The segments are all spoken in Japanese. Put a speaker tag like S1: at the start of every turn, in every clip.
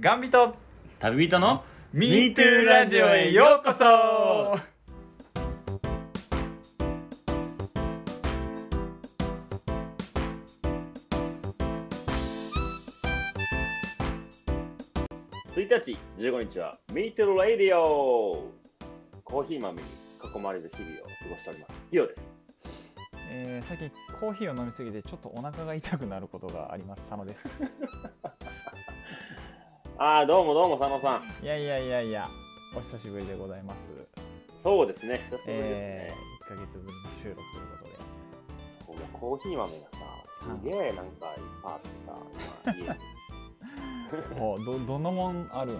S1: ガンビと
S2: 旅人の
S1: MeToo ラジオへようこそ
S2: 1日15日は MeToo Radio コーヒー豆に囲まれる日々を過ごしておりますヒヨです
S1: えー、最近コーヒーを飲みすぎてちょっとお腹が痛くなることがあります佐野です
S2: ああどうもどうも佐野さん
S1: いやいやいやいやお久しぶりでございます
S2: そうですね久しぶりですね、
S1: えー、1ヶ月ぶりの収録ということで
S2: このコーヒー豆がさすげえなんかいっぱいあ ってさ、今家に
S1: おどどんなもんあるん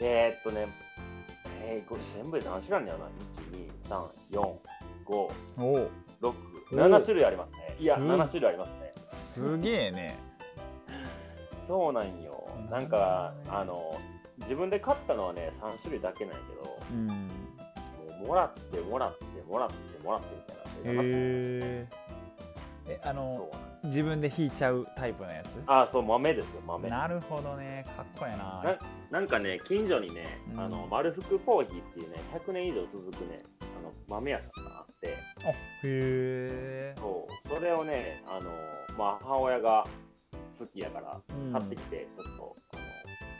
S2: えーっとねえー、これ全部で何種類あるんだよな1234567
S1: おお
S2: 種類ありますねいや
S1: す
S2: 7種類ありますね
S1: すげえね
S2: そうなんよなんかあの自分で買ったのはね3種類だけなんやけど
S1: うん
S2: もうもらってもらってもらってもらってみたいな
S1: へええあ
S2: そう
S1: の
S2: なんです
S1: 自分で引いちゃうタイプのやつ
S2: あそう豆ですよ豆な
S1: なるほどねかっこええなん
S2: かね近所にね、
S1: うん
S2: あの丸福コーヒーっていうね100年以上続くねあの豆屋さんがあって
S1: あへえ
S2: そうそれをねあの、まあ、母親が好きやから
S1: うん
S2: 買ってきてちょっと、あの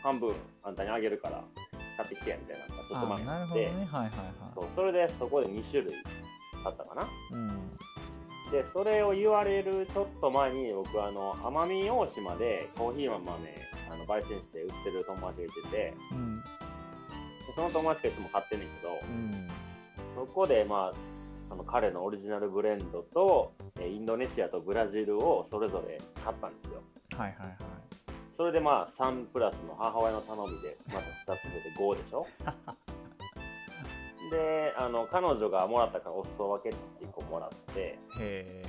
S2: 半分あんたにあげるから買ってきてやみたいなのがちょっと
S1: あ
S2: 前に
S1: な
S2: あ
S1: る
S2: っ
S1: ほど
S2: て
S1: ねはいはい
S2: そ
S1: は
S2: うそれでそこで2種類買ったかない
S1: うん
S2: でそれを言われるちょっと前に僕あの奄美大島でコーヒー豆あの焙煎して売ってる友達がいててで
S1: うん
S2: その友達がいつも買ってんねんけど
S1: うん
S2: そこでまあその彼のオリジナルブレンドとえインドネシアとブラジルをそれぞれ買ったんですよ
S1: はいはいはい
S2: それでまあ3プラスの母親の頼みでまた2つ増えて5でしょであの彼女がもらったからお裾分けって1個もらって
S1: へえ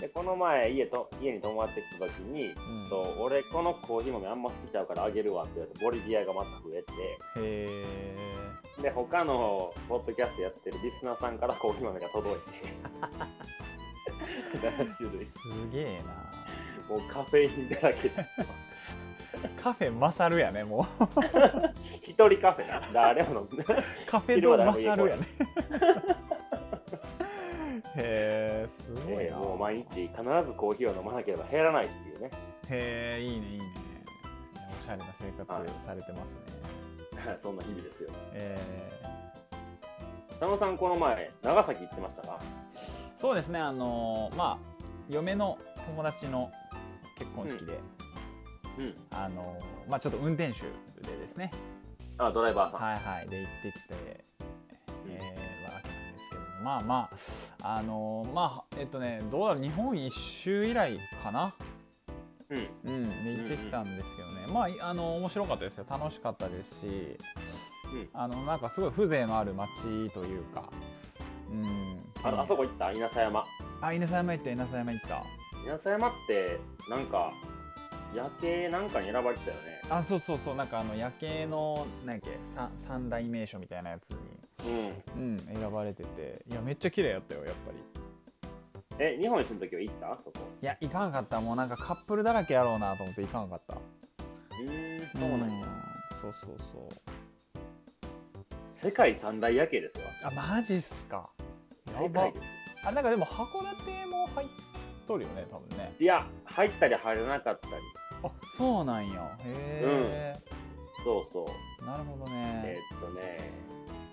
S2: でこの前家と家に泊まってきた時に
S1: うん
S2: そう俺このコーヒー豆あんま好きちゃうからあげるわって言われてボリビアがまた増えて
S1: へえ
S2: で他のポッドキャストやってるリスナーさんからコーヒー豆が届い て7種類
S1: すげえな
S2: もうカフェインだらけ
S1: カフェ勝るやねもう
S2: 一人カフェな誰も飲んで
S1: カフェド勝るやねへえすごいな
S2: もう毎日必ずコーヒーを飲まなければ減らないっていうね
S1: へえいいねいいねおしゃれな生
S2: は
S1: 活されてますね、
S2: そんな日々ですよ
S1: えー
S2: 佐野さんこの前長崎行ってましたか
S1: そうですねあのーまあ嫁の友達の結婚式で、
S2: うん
S1: あのーまあちょっと運転手でですね
S2: あドライバーさん、
S1: はいはいで行ってきて、
S2: うん
S1: えーわけなんですけどまあまああのーまあえっとねどうだろう日本一周以来かな
S2: うん
S1: うん、で行ってきたんですけどね、まあいあの面白かったですよ楽しかったですし、
S2: うん
S1: あのなんかすごい風情のある町というか、うん、
S2: あのあそこ行った稲佐山
S1: あ稲佐山行った稲佐山行った
S2: 稲佐山ってなんか夜景なんかに選ばれてたよね
S1: あそうそうそうなんかあの夜景の何やっけ三三大名所みたいなやつに、
S2: うん
S1: うん、選ばれてていやめっちゃ綺麗やったよやっぱり
S2: え日本一の時は行ったそこ
S1: いや行かなかったもうなんかカップルだらけやろうなと思って行かなかった
S2: うーんそうなんや
S1: そうそうそう
S2: 世界三大夜景ですよ
S1: あマジっすか
S2: 世界ですよ
S1: あなんかでも函館も入っとるよね多分ね
S2: いや入ったり入らなかったり
S1: あそうなんやへえ、
S2: そうそう
S1: なるほど
S2: え
S1: ね
S2: ーっとね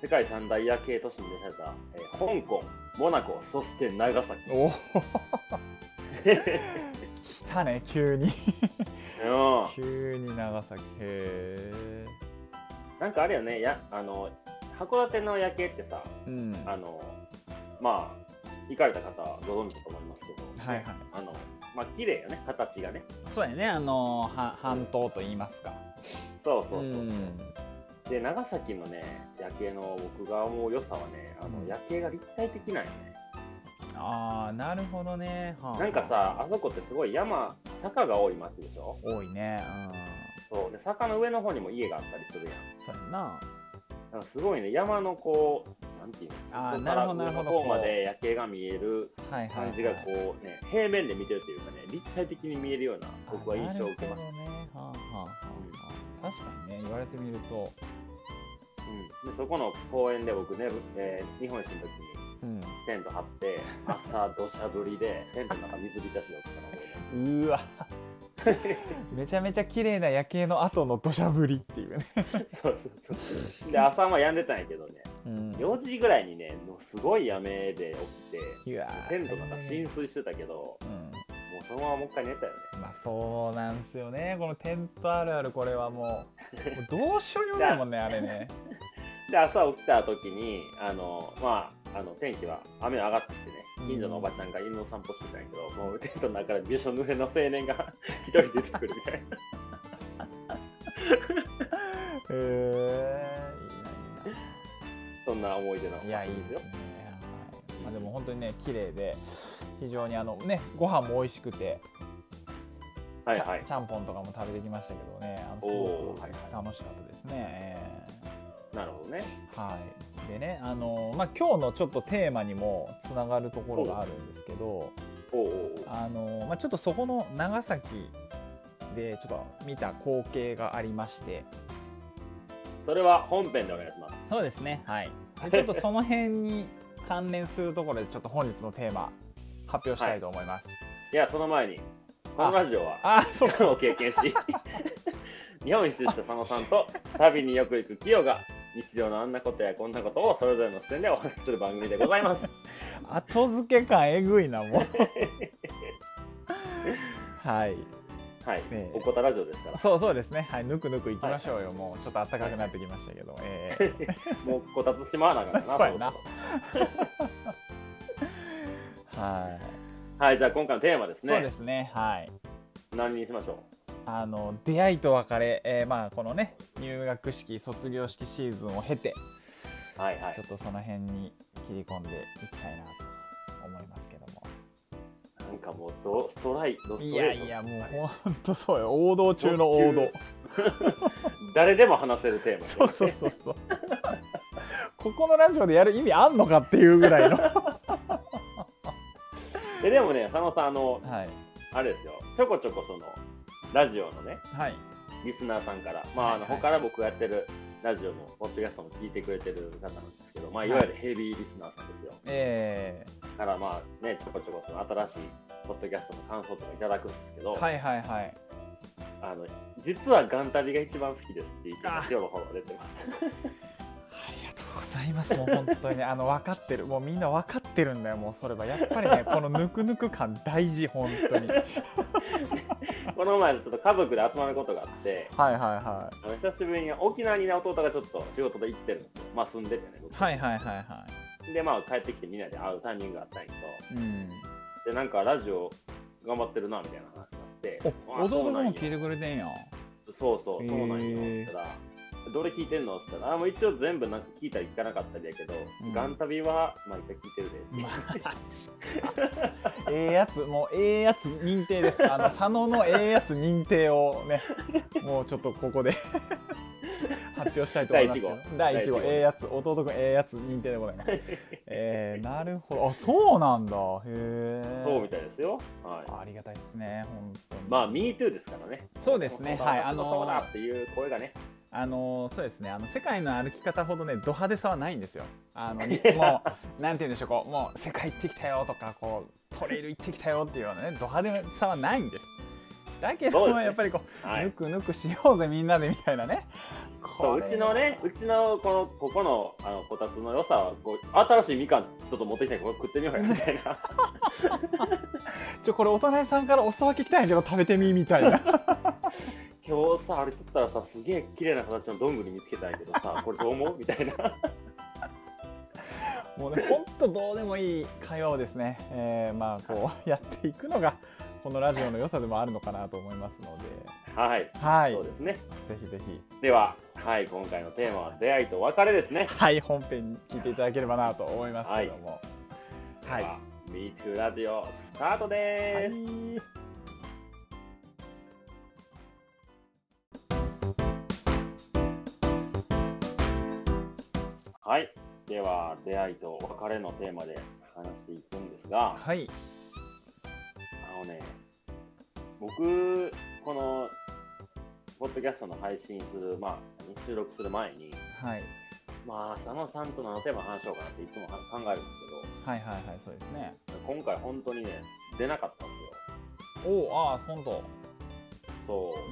S2: 世界三大夜景都市に出された、えー香港モナコそして長崎
S1: おお 来た ね急に
S2: うん
S1: 急に長崎へえ
S2: なんかあれよねやあの函館の夜景ってさ
S1: うんは
S2: あのまあ行かれた方はご存知だと思いますけど
S1: いはい
S2: あのまあ綺麗よね形がね
S1: そうやねあのーは半島と言いますか
S2: そうそうそう、
S1: ん
S2: で長崎のね夜景の僕が思う良さはねあの
S1: うん
S2: 夜景が立体的なんよね、
S1: ああなるほどね、はあ
S2: なんかさあそこってすごい山坂が多い町でしょ
S1: 多いね
S2: そうで坂の上の方にも家があったりするや
S1: うんそうやな
S2: なんなんかすごいね山のこうなんていうの
S1: あー
S2: そこから
S1: なるほどなるほど
S2: 上の方まで夜景が見える
S1: はいはい、はい、
S2: 感じがこうね平面で見てるというかね立体的に見えるような僕は印象を受けました
S1: あなるほどねはあはあはあはね言われてみると、
S2: うん、でそこの公園で僕ね、えー日本一の時に
S1: うん、
S2: テント 張って朝土砂降りでテントの中水浸しだったの覚えてま
S1: うーわ めちゃめちゃ綺麗な夜景の後の土砂降りっていうね、
S2: すそうそうそうで朝も止んでたんやけどね
S1: うん
S2: 4時ぐらいにねもうすごい雨で起きて
S1: いやー
S2: テントの中浸水してたけども
S1: う
S2: うそのままもう一回寝たよね
S1: んまあそうなんですよねこのテントあるあるこれは もうもうどうしようにもないもんねあれね
S2: で朝起きた時にあのまああの天気は雨上がってきてね近所のおばちゃんが犬の散歩してたんやけど、もうテントの中からびしょ濡れの青年が 一人出てくるみたいな
S1: へえいいないいな
S2: そんな思い出の
S1: いやいいですね、はいまあ、でも本当にね綺麗で非常にあのねご飯も美味しくて
S2: はいはい
S1: ちゃんぽんとかも食べてきましたけどねあのす
S2: お
S1: ご
S2: ー
S1: く
S2: はい
S1: 楽しかったですね、え
S2: なるほどね
S1: ーはいでねあの、まあ、今日のちょっとテーマにもつながるところがあるんですけど
S2: おうおうおう
S1: あの、まあ、ちょっとそこの長崎でちょっと見た光景がありまして
S2: それは本編でお願いします
S1: そうですねはい でちょっとその辺に関連するところでちょっと本日のテーマ発表したいと思い ます、
S2: いやその前にこのラジオは
S1: あーそう
S2: 過去を経験し日本一周した佐野さんと旅によく行くキヨが日常のあんなことやこんなことをそれぞれの視点でお話しする番組でござ います
S1: 後付け感えぐいなもうはい
S2: はい、
S1: え
S2: おこたラジオですから
S1: そうそうですねはいぬくぬくいきましょうよ、もうちょっと暖かくなってきましたけど、ええ
S2: もうこたつしまわなあかったな
S1: そうやな
S2: と思って
S1: は
S2: はいじゃあ今回のテーマです
S1: い、
S2: ね
S1: そうですねはい
S2: 何にしましょ
S1: あの出会いと別れ、えーまあこのね入学式卒業式シーズンを経て
S2: うはいは
S1: ちょ
S2: い
S1: っとその辺に切り込んでいきたいなと思いますけども
S2: なんかもうドストライドストレート
S1: いやいやもうほんとそうよ王道中の王道
S2: 誰でも話せるテーマです
S1: そうそうそうそうここのラジオでやる意味あんのかっていうぐらいの
S2: えでもね佐野さんあの
S1: はい
S2: あれですよちょこちょこそのラジオのね
S1: はい
S2: リスナーさんから、まあ、あの
S1: はいはい
S2: 他から僕がやってるラジオも、ポッドキャストも聞いてくれてる方なんですけど、まあ、いわゆるヘビーリスナーさんですよ。
S1: え
S2: だから、まあ、ね、ちょこちょこその新しいポッドキャストの感想とかいただくんですけど、
S1: ー、はいはいはい
S2: あの実はガンタビが一番好きですっていう意見が今日の方が出てます。
S1: ありがとうございますもう本当にねあの分かってるもうみんな分かってるんだよもうそれはやっぱりねこのぬくぬく感大事本当に はい
S2: この前、ちょっと家族で集まることがあって、
S1: はいは
S2: あの久しぶりに沖縄にね弟がちょっと仕事で行ってるんですよ。まあ、住んでてね、僕
S1: いはいはいはいは
S2: で、まあ、帰ってきてみんなで会うタイミングがあったんやけど、
S1: いうん
S2: で、なんかラジオ頑張ってるなみたいな話があって、あ
S1: おお
S2: そう
S1: 道具
S2: なんや
S1: も聞いてくれてんや
S2: そうそう、
S1: へー
S2: そうなんよ。って言ったら、どれ聞いてんのって言ったら、あもう一応全部なんか聞いたり聞かなかったりやけど、
S1: うん
S2: ガンタビは毎回聞いてるで。
S1: マジか ええやつもうええやつ認定ですあの佐野のええやつ認定をねもうちょっとここで 発表したいと思いますけど
S2: 第
S1: 第
S2: 一
S1: 1
S2: 号
S1: 号ええやつ弟くんええやつ認定でございますえー、なるほどあそうなんだへえ
S2: そうみたいですよ。は
S1: ありがたいですね本当に
S2: い。まあ、MeToo ですからね。
S1: そうですねはいあ
S2: あのそうだ
S1: の
S2: っていう声がね。
S1: あのそうですねあの世界の歩き方ほどねド派手さはないんですよあ のにもうなんて言うんでしょうこうもう世界行ってきたよとかこうトレイル行ってきたよっていうようなねド派手さはないんですだけ
S2: そ
S1: ど
S2: うです
S1: も
S2: ね
S1: やっぱりこう、
S2: はい
S1: ぬくぬくしようぜみんなでみたいなね
S2: そうう
S1: これ
S2: ちのね、うちのこのここのあのこたつの良さはこう、新しいみかんちょっと持ってきたからこれ食ってみようよみ たいな。
S1: ちょこれお隣さんからお裾分け来たんやけど食べてみみたいな
S2: 今日さ、歩いてったらさ、すげえ綺麗な形のどんぐり見つけたんやけどさ、これどう思うみたいな。
S1: もうねほんとどうでもいい会話をですね、えーまあこうやっていくのがこのラジオの良さでもあるのかなと思いますので
S2: はい。
S1: はい
S2: そうですね。
S1: ぜひぜひ
S2: では、はい、今回のテーマは出会いと別れですね。
S1: はい、本編に聞いていただければなと思いますけども。はい。は
S2: は MeToo ラジオスタート
S1: い。
S2: です、はいでは出会いと別れのテーマで話していくんですがあ
S1: はい。
S2: のね僕このポポッドキャストの配信する、まあ、何収録する前に、
S1: はい
S2: まあ、佐野さんと何のテーマ話しようかなっていつもは考えるんで
S1: はいはいはいそうですね
S2: すけど、今回本当にね、出なかったんですよ。
S1: おおああ本当
S2: そう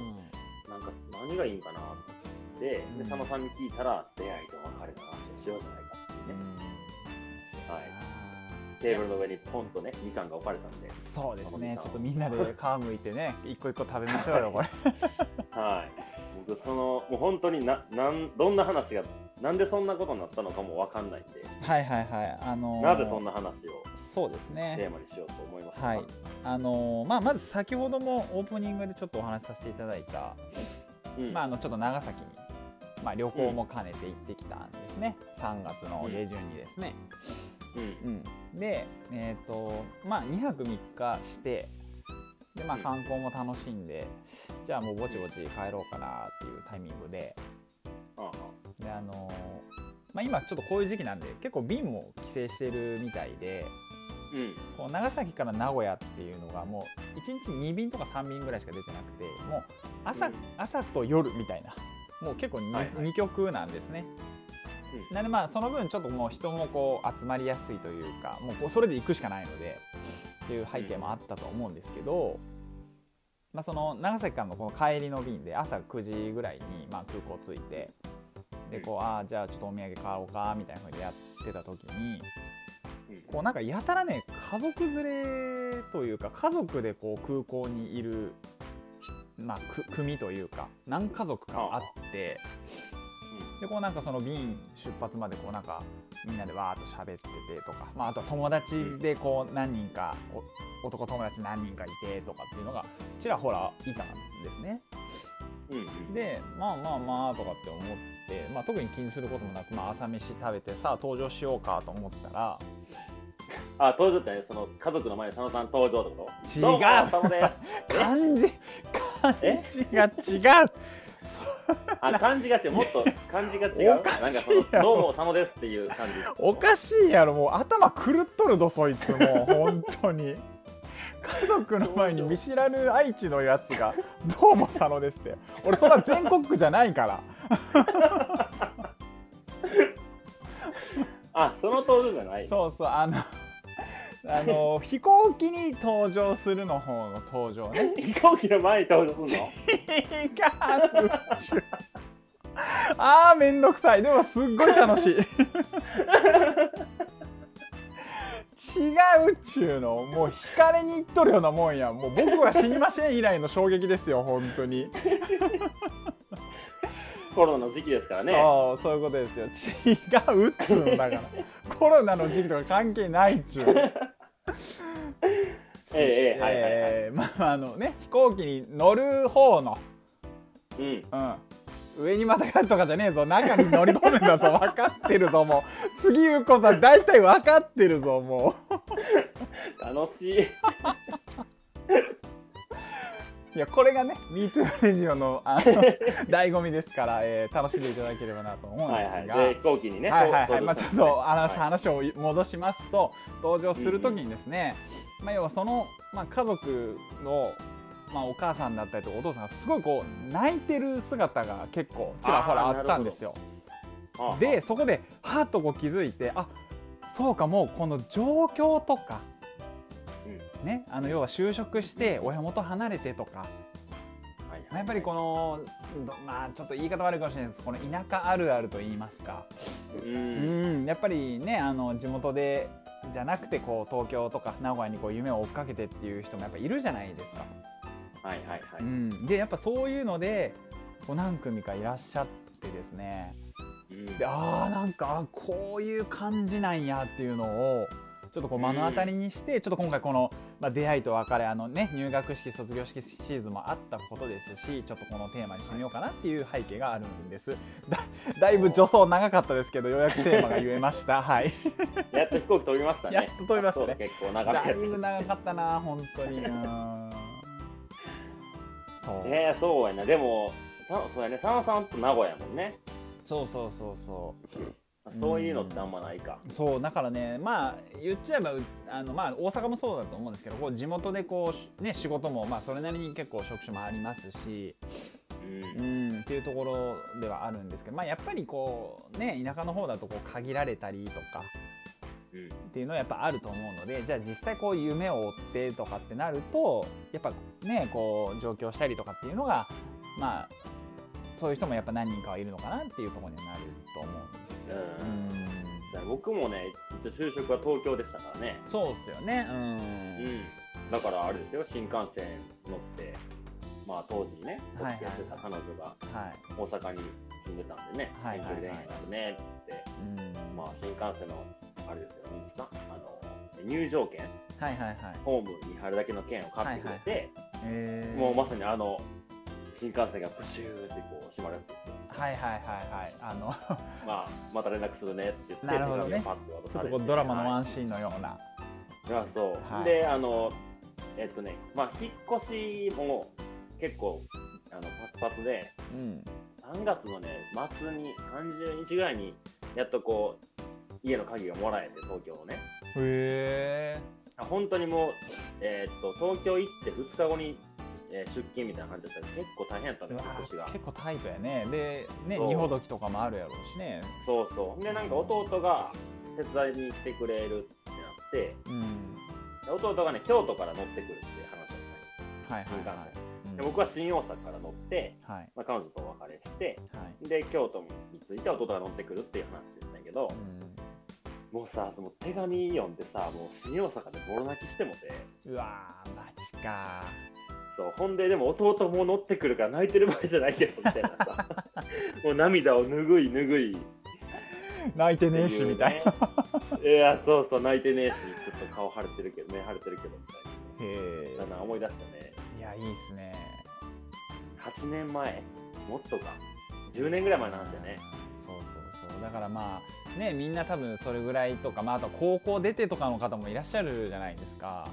S1: ん
S2: う、なんか何がいいんかなって、で
S1: うん
S2: 佐野さんに聞いたら、恋愛と別れの話をしようじゃないかっていうね、はい
S1: い
S2: テーブルの上にポンとね、みかんが置かれたんで、
S1: そうですねちょっとみんなで皮むいてね 一個一個食べましょうよこれ
S2: はい、僕、その、もう本当にな、なんどんな話が、なんでそんなことになったのかもわかんないんで、
S1: はいはいはいあのー
S2: なぜそんな話を
S1: そうです
S2: テー
S1: ね
S2: マにしようと思いましたか。
S1: はいあのーまあまず先ほどもオープニングでちょっとお話しさせていただいた
S2: うん
S1: まあ、あのちょっと長崎に、まあ、旅行も兼ねて行ってきたんですね、3月の下旬にですね、
S2: うん
S1: うんで、えーとまあ、2泊3日してで、まあ、
S2: うん
S1: 観光も楽しんで、じゃあもうぼちぼち帰ろうかなっていうタイミングで
S2: あ
S1: で、あのーまあ、今ちょっとこういう時期なんで結構便も帰省してるみたいで
S2: うん、
S1: こう長崎から名古屋っていうのがもう1日2便とか3便ぐらいしか出てなくてもう朝,、
S2: うん
S1: 朝と夜みたいなもう結構 2,、
S2: はいはい
S1: 二曲なんですね。
S2: うん
S1: なんでまあその分ちょっともう人もこう集まりやすいというかもうこうそれで行くしかないのでっていう背景もあったと思うんですけど、まあ、その長崎からのこの帰りの便で朝9時ぐらいにまあ空港着いてでこうああじゃあちょっとお土産買おうかみたいなふうにやってた時に
S2: うん
S1: こうなんかやたらね家族連れというか家族でこう空港にいる、まあ、く組というか何家族かあって。でこうなんかその便出発までこうなんかみんなでわーっと喋っててとか、まあ、あとは友達でこう何人かお男友達何人かいてとかっていうのがちらほらいたんですね。
S2: うんうん
S1: でまあまあまあとかって思って、まあ、特に気にすることもなく、まあ、朝飯食べてさあ登場しようかと思ったら
S2: あ、登場ってね、その家族の前に佐野さん登場ってこと
S1: 違う
S2: ども佐野です
S1: 漢字漢字が違う
S2: あ、漢字が違う。もっと漢字が 違
S1: お
S2: う。なんか
S1: かし
S2: そ
S1: いやろ
S2: の、どうも佐野ですっていう感じ。
S1: おかしいやろもう頭狂っとるどそいつもう本当に家族の前に見知らぬ愛知のやつが「どうも佐野です」って俺そんな全国区じゃないから
S2: あ、その登場じゃない。
S1: そうそうあのあの飛行機に登場するの方の登場ね
S2: 飛行機の前に登場する の
S1: 違う あーめんどくさいでもすっごい楽しい違うっちゅうのもう惹かれにいっとるようなもんやもう僕は死にません以来の衝撃ですよ本当に、
S2: コロナの時期ですからね。
S1: そうそういうことですよ違うっつうんだからコロナの時期とか関係ないっちゅうの
S2: ええええはいはいはい
S1: えーまあまああのね飛行機に乗る方の
S2: うん。
S1: うん、上にまたがるとかじゃねえぞ中に乗り込むんだ ぞ分かってるぞもう次言うことは大体分かってるぞも
S2: 楽しい。
S1: ういやこれがね「MeToo レジオの」 あの醍醐味ですから、えー楽しんでいただければなと思うん
S2: はい
S1: です
S2: は
S1: が。
S2: い。で、飛行機にね。
S1: はいはいはい、まあ、
S2: 登
S1: ちょっ
S2: 場するのね
S1: と話,、
S2: はい
S1: 話を戻しますと登場する時にですね、まあ、要はその、まあ、家族の、まあ、お母さんだったりとかお父さんがすごいこう泣いてる姿が結構ちらほらあったんですよ。
S2: あ
S1: で、そこではっとこう気づいてあそうかもうこの状況とか、ね、あの要は就職して親元離れてとか
S2: はいはい
S1: やっぱりこのどまあちょっと言い方悪いかもしれないですこの田舎あるあると言いますか
S2: う。
S1: うんんやっぱりねあの地元でじゃなくてこう東京とか名古屋にこう夢を追っかけてっていう人もやっぱいるじゃないですか。
S2: はいはいはい。
S1: うん、でやっぱそういうのでこう何組かいらっしゃってですね
S2: うん
S1: であーなんかあこういう感じなんやっていうのをちょっとこう目の当たりにして、ちょっと今回この、まあ、出会いと別れあの、ね、入学式卒業式シーズンもあったことですしちょっとこのテーマにしてみようかなっていう背景があるんです だだいぶ助走長かったですけどようやくテーマが言えましたはい
S2: やっと飛行機飛びましたね。
S1: やっと飛びましたね
S2: そう結構長め
S1: だ
S2: や
S1: い
S2: つ。
S1: ぶ長かったな本当にうーんそう、
S2: ええ、そうやな。でも、さそうやね。佐野さんと名古屋やもんね。
S1: そうそうそうそう
S2: そういうのってあんまないか。
S1: そうだからねまあ言っちゃえばうあの、まあ、大阪もそうだと思うんですけどこう地元でこう、しね、仕事も、まあ、それなりに結構職種もありますし、
S2: うん
S1: うん、っていうところではあるんですけど、まあ、やっぱりこう、ね、田舎の方だとこう限られたりとか
S2: うん
S1: っていうのはやっぱあると思うのでじゃあ実際こう夢を追ってとかってなるとやっぱねこう上京したりとかっていうのがまあそういう人もやっぱ何人かはいるのかなっていうところにはなると思うんですよ。
S2: う
S1: うん
S2: だから僕もね、一応就職は東京でしたからね。
S1: そうっすよね。う。
S2: うんん。だからあれですよ、新幹線乗って、まあ当時ね、お
S1: はい
S2: 付き合いしてた彼女が
S1: はい。
S2: 大阪に住んでたんでね、
S1: はい
S2: 遠距離恋愛になるねって、
S1: うん。
S2: まあ新幹線の、あれですよ、いいんですか、あの、入場券、
S1: あ。はいはいはい。
S2: ホームに貼るだけの券を買ってくれて、
S1: えー
S2: もうまさにあの、新幹線がプシューってこう閉まるやつですよ
S1: はいはいはいはい。あ の、
S2: まあ、また連絡するねって言って、
S1: なるほどね
S2: 手紙をパッ渡
S1: ちょ
S2: さ
S1: っ
S2: れ
S1: と
S2: て
S1: こうドラマのワンシーンのような。
S2: あそう、
S1: はい
S2: であのえっとねまあ引っ越しも結構あのパツパツで
S1: うん。
S2: 3月のね末に30日ぐらいにやっとこう家の鍵がもらえて東京のね
S1: へえ。
S2: あ本当にもう、えっと東京行って2日後に、えー出勤みたいな感じだったんで結構大変だった
S1: う
S2: の
S1: わ
S2: よ引っ越しが
S1: 結構タイトやね。で、ね、
S2: そう
S1: 二ほどきとかもあるやろうしね。
S2: そうそうでなんか弟が手伝いに来てくれるってなって
S1: うん。
S2: で弟がね京都から乗ってくるっていう話だっ
S1: は
S2: たんよ
S1: いはい
S2: 新幹
S1: は
S2: 線
S1: い。
S2: で僕は新大阪から乗って
S1: うん。はい。
S2: まあ、彼女とお別れして
S1: はい。
S2: で京都に着いて弟が乗ってくるっていう話だったんやけど
S1: うん
S2: もうさもう手紙読んでさもう新大阪でボロ泣きしてもて
S1: うわー、マジか。
S2: そうほんででも弟も乗ってくるから泣いてる場合じゃないけどみたいな さもう涙を拭い拭い
S1: 泣いて
S2: って
S1: ねえし、みたいな。へ
S2: ないやそうそう泣いてねえしちょっと顔腫れてるけど目腫れてるけどみたい
S1: え
S2: なだんだん思い出したね
S1: いや、いいっすね。
S2: 8年前もっとか10年ぐらい前の話だね
S1: そうそうそうだからまあねみんな多分それぐらいとか、まあ、あと高校出てとかの方もいらっしゃるじゃないですか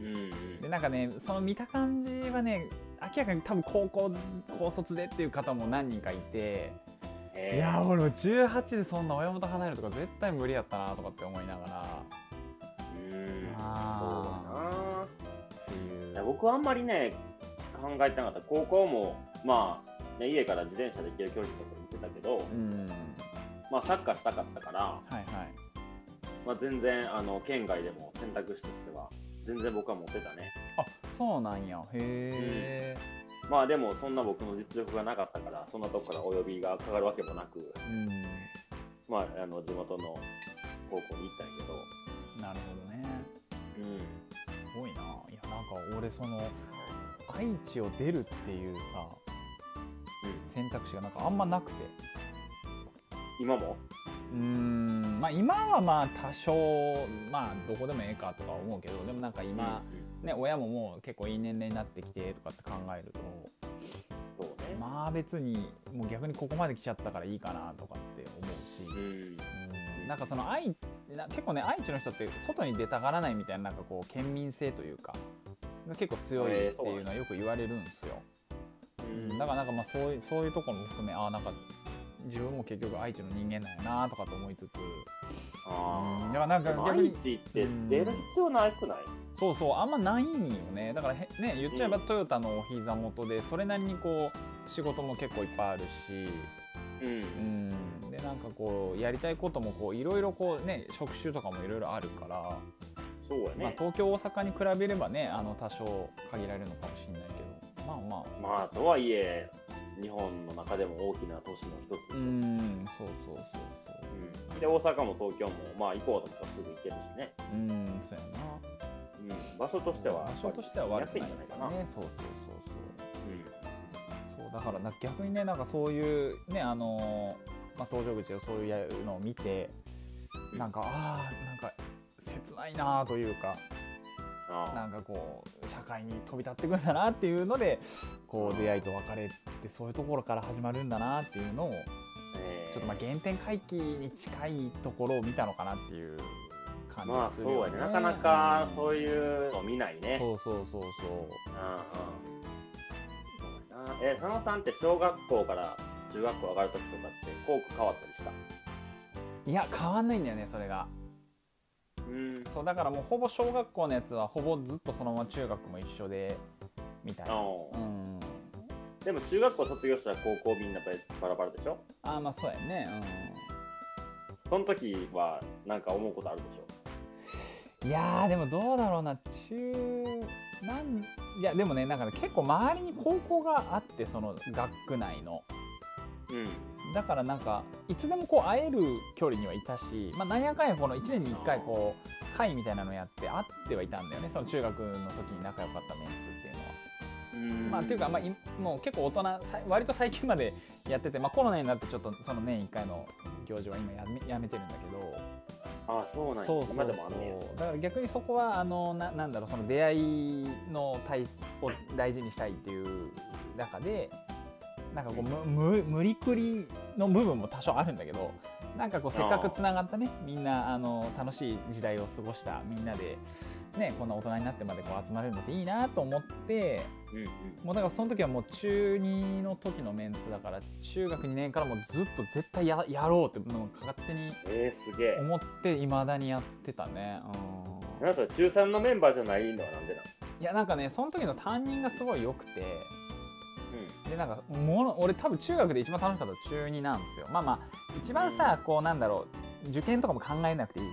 S2: うん
S1: でなんかねその見た感じはね明らかに多分高校高卒でっていう方も何人かいて、
S2: えー
S1: いや俺も18でそんな親元離れるとか絶対無理やったなとかって思いながら
S2: うん
S1: あ
S2: そ
S1: ー
S2: うだな
S1: ってい
S2: いや
S1: う
S2: 僕はあんまりね考えてなかった高校もまあ、ね、家から自転車で行ける距離とか見てたけど、
S1: うん
S2: まあ、サッカーしたかったから、
S1: はいはい
S2: まあ、全然あの県外でも選択肢としては全然僕は持ってたね
S1: あそうなんやへえ
S2: まあでもそんな僕の実力がなかったからそんなとこからお呼びがかかるわけもなく、
S1: うん
S2: まあ、あの地元の高校に行ったんや
S1: なるほどね
S2: けど、
S1: すごいないやなんか俺その愛知を出るっていうさ
S2: うん
S1: 選択肢がなんかあんまなくて
S2: 今も
S1: うーんまあ今はまあ多少まあどこでもええかとか思うけどでもなんか今、
S2: うん
S1: ね親ももう結構いい年齢になってきてとかって考えると
S2: そうね、
S1: まあ別にもう逆にここまで来ちゃったからいいかなとかって思
S2: う
S1: うし、
S2: ん
S1: うん、なんかその愛な結構ね愛知の人って外に出たがらないみたいななんかこう県民性というかが結構強いっていうのはよく言われるんですよ。
S2: うん
S1: だからなんかまあそういうそういうところも含めああなんか自分も結局愛知の人間なんやなとかと思いつつ、うん、
S2: あ
S1: だからなん
S2: ーで
S1: か
S2: も
S1: 逆
S2: 愛
S1: に
S2: 知って出る必要なくない、
S1: そうそうあんまないんよねだからへね言っちゃえばトヨタのお膝元でそれなりにこう仕事も結構いっぱいあるし、
S2: うん
S1: うん、でなんかこうやりたいこともこういろいろこうね職種とかもいろいろあるから、
S2: そうやね、
S1: まあ、東京大阪に比べればねあの多少限られるのかもしれないけどまあまあ
S2: まあとはいえ日本の中でも大きな都市の一つ、
S1: うんそうそうそうそう
S2: うんで大阪も東京もまあ行こうと思ったらすぐ行けるしね、
S1: うんそうやな。
S2: うん、場所としては
S1: 場所としては悪くないですよ
S2: 安いんじゃないかな
S1: ね。そうそうそうそう。そうだからな逆にねなんかそういうねあのーまあ登場口でそういうのを見て、
S2: うん
S1: なんかああなんか切ないなあというか、
S2: あ
S1: なんかこう社会に飛び立ってくんだなっていうので、こ
S2: うん
S1: う出会いと別れってそういうところから始まるんだなっていうのを
S2: あえー
S1: ちょっとまあ原点回帰に近いところを見たのかなっていう感じ
S2: ま
S1: が
S2: あ
S1: す
S2: そ
S1: るよ
S2: う
S1: ね。
S2: やねなかなか
S1: ん
S2: そういうの見ないね
S1: そうそうそうそう。
S2: うんうんそうやなえー佐野さんって小学校から中学校上がるときとかって校区変わったりした
S1: いや変わんないんだよねそれが
S2: うん
S1: そうだからもうほぼ小学校のやつはほぼずっとそのまま中学も一緒でみたいな
S2: あ
S1: うん
S2: でも中学校卒業したら高校みんなバラバラでしょ
S1: ああまあそうやね
S2: その時はなんか思うことあるでしょ
S1: うんいやーでもどうだろうな中なんいやでもねなんかね結構周りに高校があってその学区内の
S2: うん。
S1: だからなんかいつでもこう会える距離にはいたし、まあ、なんやかんやこの1年に1回こう会みたいなのやって会ってはいたんだよねその中学の時に仲良かったメンツっていうのは。まあ、っていうか、まあ、いもう結構大人さい割と最近までやってて、まあ、コロナになってちょっとその年1回の行事は今やめやめてるんだけど。
S2: ああ、そうなんや。
S1: そうそう
S2: 今
S1: そう
S2: でもあんねや
S1: だから逆にそこはあのななんだろうその出会いの大を大事にしたいっていう中でなんかこうむむ無理くりの部分も多少あるんだけどなんかこうせっかくつながったねみんなあの楽しい時代を過ごしたみんなで、ね、こんな大人になってまでこう集まれるのっていいなと思って
S2: うんうん。
S1: もうだからその時はもう中2の時のメンツだから中学2年からもうずっと絶対ややろうってもう勝手に
S2: えー、すげえ。
S1: 思っていまだにやってたね、うん、
S2: なんか中3のメンバーじゃないのはなんでなん
S1: いやなんかねその時の担任がすごい良くてでなんかもの俺多分中学で一番楽しかったの中2なんですよまあまあ一番さこうなんだろう受験とかも考えなくていいし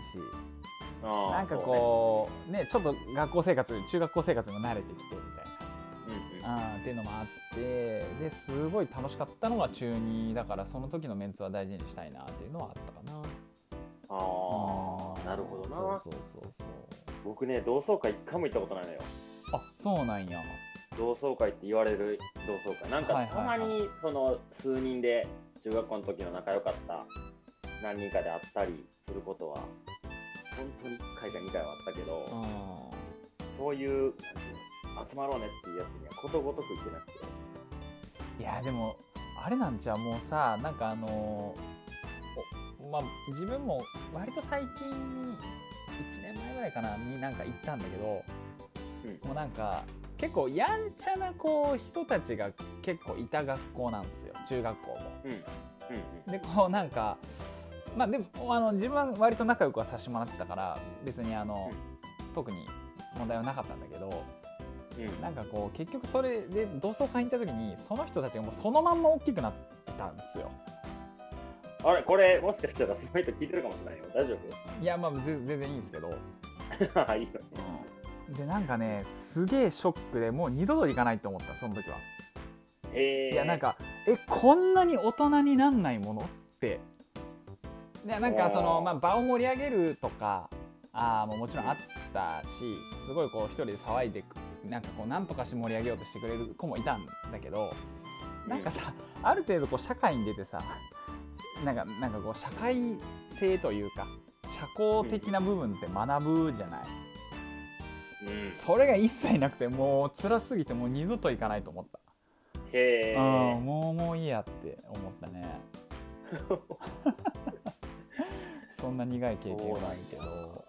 S2: うん。ああ
S1: なんかこうねちょっと学校生活中学校生活にも慣れてきてみたいな
S2: そうねうんうん
S1: あーっていうのもあってですごい楽しかったのが中2だからその時のメンツは大事にしたいなっていうのはあったかな
S2: あ
S1: う
S2: あ、
S1: ん
S2: なるほどな。
S1: そうそうそうそう
S2: 僕ね、同窓会一回も行ったことないのよ。
S1: あそうなんや
S2: 同窓会って言われる同窓会。なん
S1: は
S2: か
S1: い
S2: た
S1: はいは
S2: ま
S1: い
S2: にその数人で中学校の時の仲良かった何人かで会ったりすることは、本当に1回か2回はあったけど、
S1: うん
S2: そういう、なんていうの、集まろうねっていうやつにはことごとく行けなくて。
S1: いやでもあれなんじゃうもうさなんかあのーおまあ自分も割と最近に1年前ぐらいかなになんか行ったんだけど、
S2: うん
S1: もうなんか結構やんちゃなこう人たちが結構いた学校なんですよ中学校も。
S2: うん。うんうん。
S1: でこうなんかまあでもあの自分は割と仲良くはさせてもらってたから別にあの、特に問題はなかったんだけど。
S2: うん
S1: なんかこう結局それで同窓会に行った時にその人たちがもうそのまんま大きくなってたんですよ
S2: あれこれもしかしたらその人聞いてるかもしれないよ大丈
S1: いやまあぜ全然いいんですけど、
S2: 夫 いいよ
S1: でなんかねすげえショックでもう二度と行かないと思ったその時は、
S2: へえ
S1: いやなんかえこんなに大人になんないものってでなんかその、
S2: おー
S1: まあ、場を盛り上げるとかあーもうもちろんあったしすごいこう一人で騒いでくなんかこうなんとかして盛り上げようとしてくれる子もいたんだけどなんかさ、ある程度こう社会に出てさなんかなんかこう社会性というか社交的な部分って学ぶじゃない、
S2: うん
S1: それが一切なくてもう辛すぎてもう二度と行かないと思った、
S2: へえ
S1: うんもうもういいやって思ったね そんな苦い経験はないけ
S2: そうなん
S1: ど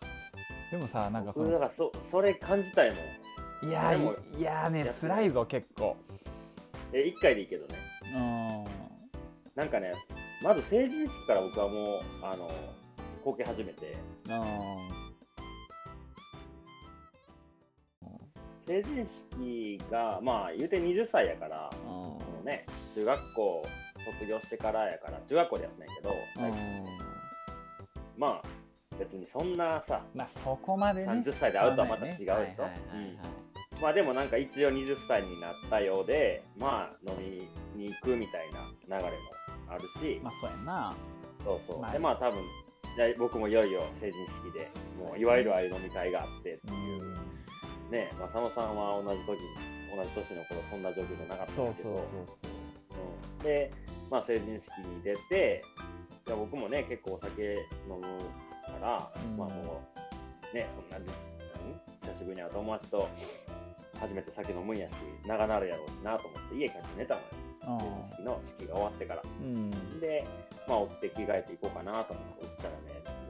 S1: でもさなんかそ
S2: 僕
S1: の
S2: だからそそれ感じたいもん
S1: いやー
S2: でも
S1: いいやーね
S2: やっぱ
S1: 辛いぞ結構
S2: え一回でいいけどね
S1: うん
S2: なんかねまず成人式から僕はもうあのこけ始めて
S1: うん
S2: 成人式がまあ言うて20歳やから
S1: うん
S2: そのね中学校卒業してからやから中学校でやってないけど、
S1: うん
S2: まあ別にそんなさ
S1: まあそこまでね
S2: 30歳で会うとはまた違うでしょ
S1: はいはいはいはい
S2: まあでもなんか一応20歳になったようで、まあ飲みに行くみたいな流れもあるし、
S1: まあそうやんな
S2: そうそう。
S1: まあ
S2: でまあ多分、で僕もいよいよ成人式で、もういわゆるああいう飲み会があってっていう、ね、まあ佐野さんは同じ時に、同じ年の頃そんな状況じゃなかったん
S1: そう
S2: だけ
S1: そうそう
S2: ど、
S1: そ
S2: うんで、まあ成人式に出て、いや僕もね、結構お酒飲むから、
S1: うん
S2: まあもう、ね、そんなじ、何久しぶりに会う友達と、初めて酒飲むんやし、長なるやろうしなと思って、家帰って寝たのよ。
S1: う
S2: 成人式の式が終わってから。
S1: うん
S2: で、まあ起きて着替えていこうかなと思って起きたらね、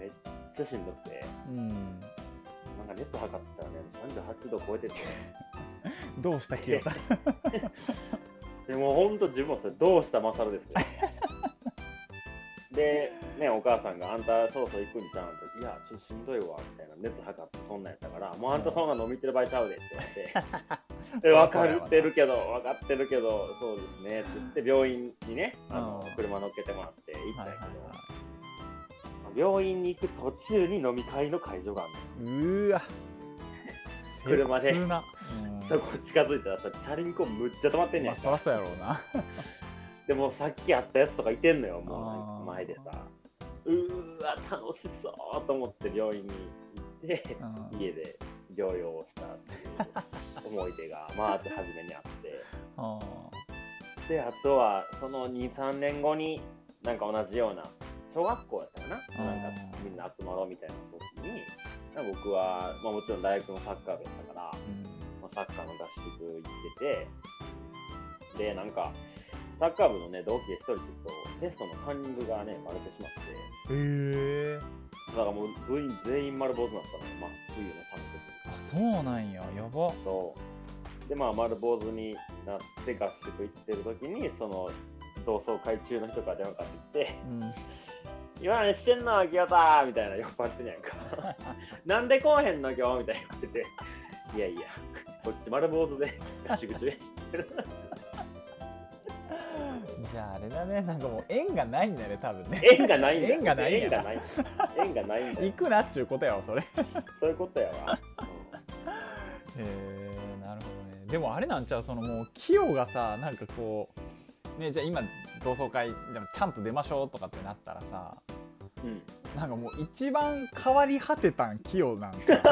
S2: めっちゃしんどくて、
S1: うん
S2: なんか熱測ったらね、38度超えてて、
S1: どうした清 田
S2: でもうほんと自分もそれどうしたマサルですよ。で、ね、お母さんが、あんたそろそろ行くんちゃうんって、いや、ちょっとしんどいわ、みたいな、熱測ってそんなんやったから、もうあんたそんな飲みてる場合ちゃうでって言わ れて、え、分かってるけど、分かってるけど、そうですね、って言って、病院にね、あの
S1: うん
S2: 車乗っけてもらって行った
S1: は
S2: ん
S1: い
S2: や
S1: はいは
S2: けど、病院に行く途中に飲み会の会場があるの。
S1: い。うーわ。
S2: 車で
S1: 切な
S2: そこ近づいたらさ、チャリンコむっちゃ止まって
S1: うんん
S2: ね
S1: ま
S2: ん
S1: あ、そらそうやろうな。
S2: でもさっき会ったやつとかいてんのよ、もう
S1: あー
S2: 前でさ。うーわ、楽しそうと思って病院に行って、
S1: うん
S2: 家で療養をしたっていう思い出が、 まあ、初めにあっ
S1: あ
S2: て。で、あとは、その2、3年後に、なんか同じような、小学校やったかな、
S1: あ
S2: な
S1: ー
S2: んかみんな集まろうみたいな時に、なんか僕は、まあもちろん大学のサッカー部やったから、
S1: ーうん
S2: まあサッカーの合宿行ってて、で、なんか、サッカー部のね、同期で一人ちょっと、テストのカンニングがね、バレてしまって、
S1: へえ
S2: だからもう部員全員丸坊主になったのよ、まあ、冬の寒さ
S1: あそうなんややば
S2: とそう。で、まあ、丸坊主になって合宿行ってる時に、その、同窓会中の人から電話かかってきて、
S1: うん
S2: 今何してんの清田みたいな酔っ払ってんやんか なんで来おへんの今日みたいな言ってていやいやこっち丸坊主で合宿中やし
S1: じゃああれだねなんかもう縁がないんだね多分ね
S2: 縁がないんだよ
S1: 縁がないんや
S2: 縁がない縁がないんだよ
S1: 行くなっちゅうことやわそれへ
S2: そういうことやわ、
S1: えなるほどねでもあれなんちゃうそのもうキヨがさなんかこうねじゃあ今同窓会でもちゃんと出ましょうとかってなったらさ
S2: うんうん
S1: なんかもう一番変わり果てたんキヨなんちゃ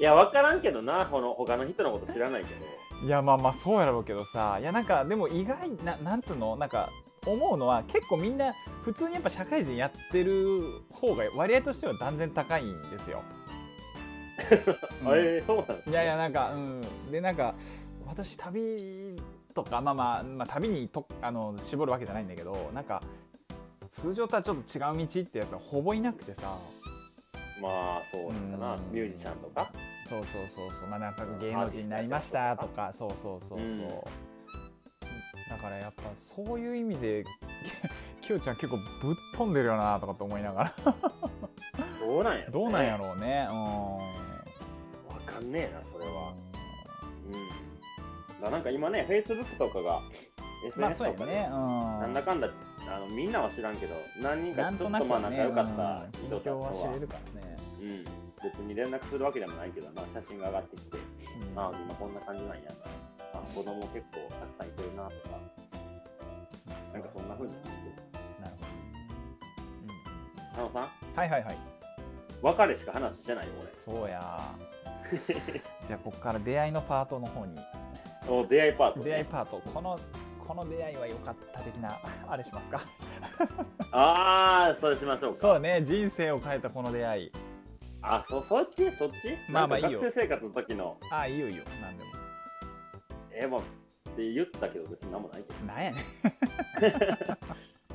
S2: いや分からんけどなこの他の人のこと知らないけど
S1: ういやまあまあそうやろうけどさいやなんかでも意外ななんつうのなんか思うのは結構みんな普通にやっぱ社会人やってる方が割合としては断然高いんですよ。うん
S2: あれそうなの
S1: いやいやなんかうんでなんか私旅とかまあまあ、まあ、旅にとあの絞るわけじゃないんだけどなんか通常とはちょっと違う道ってやつはほぼいなくてさ
S2: まあそうなんだな
S1: うん
S2: ミュージシャンとか
S1: そうそうそうそうまあなんか芸能人になりましたとかそうそうそうそう、
S2: うん
S1: だからやっぱそういう意味で きよちゃん結構ぶっ飛んでるよなとかって思いながら
S2: どうなんやろね
S1: どうなんやろうねうん
S2: 分かんねえなそれは
S1: う
S2: うんだなんか今ね、Facebook とかが、
S1: んまあ
S2: SNS
S1: そう
S2: と
S1: や
S2: かで、
S1: ねうん
S2: なんだかんだあの、みんなは知らんけど、何人
S1: な
S2: か
S1: ん
S2: ちょ
S1: と
S2: っ
S1: な
S2: と
S1: く
S2: まあ
S1: ね
S2: 仲良かった
S1: うん
S2: 人たちと
S1: は知
S2: は
S1: れ、るからね、
S2: うん、別に連絡するわけでもないけど、まあ、写真が上がってきて、
S1: うん
S2: ああ、今こんな感じなんやな、あ子供結構たくさんいてるなとか、なんかそんな風に聞いてる。
S1: なるほど、
S2: 佐野さん、
S1: うん、はいはいはい
S2: 別れしか話してないよ、
S1: そう やじゃあここから出会いのパートの方に
S2: 俺。お出会いパート、
S1: 出会いパートこのこの出会いは良かった的なあれしますか
S2: ああ、それしましょうか。
S1: そうね人生を変えたこの出会い
S2: あ、そそっちそっち
S1: まあまあ
S2: なんか
S1: いいよ
S2: 学生生活の時の、
S1: ああいいよいいよ何でも
S2: えー、まあ、って言ったけど、別に何もないけど。
S1: なんやねん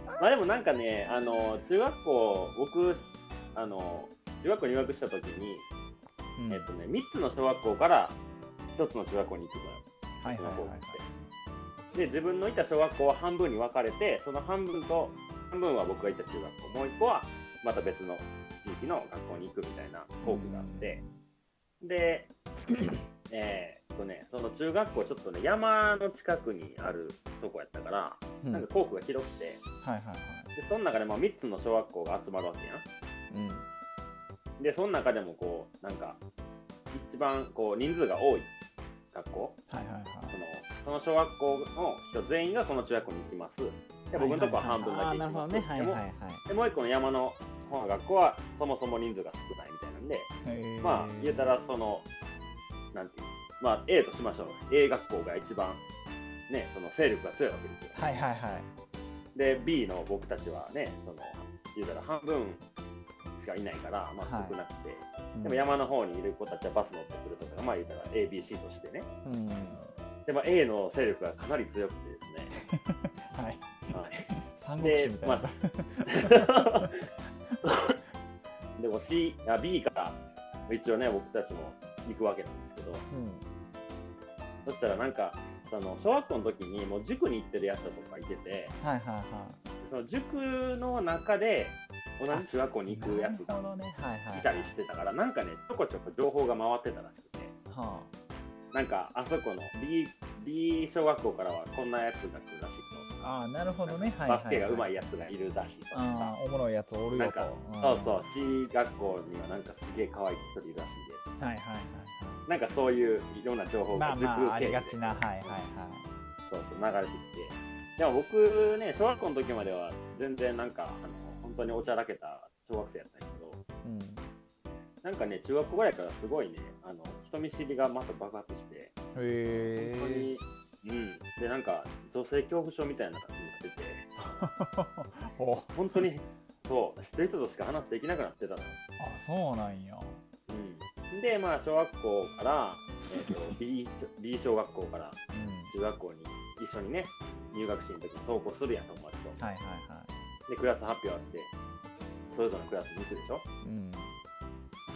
S2: まあでもなんかね、あの中学校、僕、あの中学校入学した時に、
S1: うん
S2: えっとね、3つの小学校から1つの中学校に行ってた
S1: はい
S2: の
S1: はい
S2: よ、中学
S1: は
S2: 校
S1: いはい
S2: って。で、自分のいた小学校は半分に分かれて、その半分と、半分は僕がいた中学校、もう一個はまた別の地域の学校に行くみたいな校区があって、で、えーっとね、その中学校、ちょっとね、山の近くにあるとこやったから、
S1: うん
S2: なんか校区が広くて、
S1: はいはいはい
S2: でその中でまあ3つの小学校が集まるわけや
S1: うん
S2: んでその中でもこうなんか一番こう人数が多い学校
S1: はいはいはい
S2: そのその小学校の人全員がその中学校に行きますで僕のとこは半分だけ
S1: あーなるほど
S2: 行きます
S1: ねはいはい
S2: でも
S1: はい
S2: でもう一個の山の方の学校はそもそも人数が少ないみたいなんで、
S1: へー
S2: まあ言えたらそのなんていうまあ A としましょう A 学校が一番ねその勢力が強いわけですよ
S1: はいはいはい
S2: で B の僕たちはねその言うたら半分しかいないから、ま
S1: は
S2: あ、
S1: い
S2: 少なくて、
S1: うん
S2: でも山の方にいる子たちはバス乗ってくるとかまあ言うたら ABC としてね
S1: うん
S2: で、まあ、A の勢力がかなり強くてで
S1: はい
S2: すね、は
S1: 三
S2: い、
S1: 国志
S2: で
S1: みたい
S2: ま
S1: な、
S2: あでも C あ B から一応ね僕たちも行くわけなんですけど
S1: うん
S2: そしたらなんかその小学校の時にもう塾に行ってるやつらとかいてて
S1: はいはいは
S2: その塾の中で同じ中学校に行くやつ
S1: な
S2: が
S1: るほどねはいはい
S2: いたりしてたからなんかねちょこちょこ情報が回ってたらしくて
S1: は
S2: なんかあそこの B, B 小学校からはこんなやつが来るらしいと
S1: あ、ああなるほどねはいはい
S2: バスケが上手い
S1: や
S2: やつがいるらしいと
S1: あ
S2: か
S1: あおもろいやつおる
S2: な
S1: よ
S2: ん
S1: と
S2: か
S1: ん
S2: そうそう C 学校にはなんかすげえ可愛い人いるらしいで
S1: はいはいはい
S2: なんかそういういろんな情
S1: はい
S2: 報
S1: ま
S2: が
S1: あ
S2: 塾
S1: まああり
S2: 経由
S1: が
S2: で
S1: ちなはいはいはい
S2: そうそう流れてきてでも僕ね小学校の時までは全然なんかあの本当におちゃらけた小学生やったんやけど
S1: うん
S2: なんかね中学校ぐらいからすごいねあの人見知りがまた爆発して
S1: へ
S2: 本当
S1: え
S2: に、うんでなんか女性恐怖症みたいなのが出てて
S1: おあ
S2: 本当 にそう知ってる人としか話できなくなってたの
S1: そうなんや
S2: うん、で、まあ、小学校から、えー、と B, B 小学校か
S1: う
S2: ら
S1: ん
S2: 中学校に一緒にね入学式の時に登校するやん友達と
S1: はいはいは
S2: でクラス発表あってそれぞれのクラスに行くでしょ
S1: いうん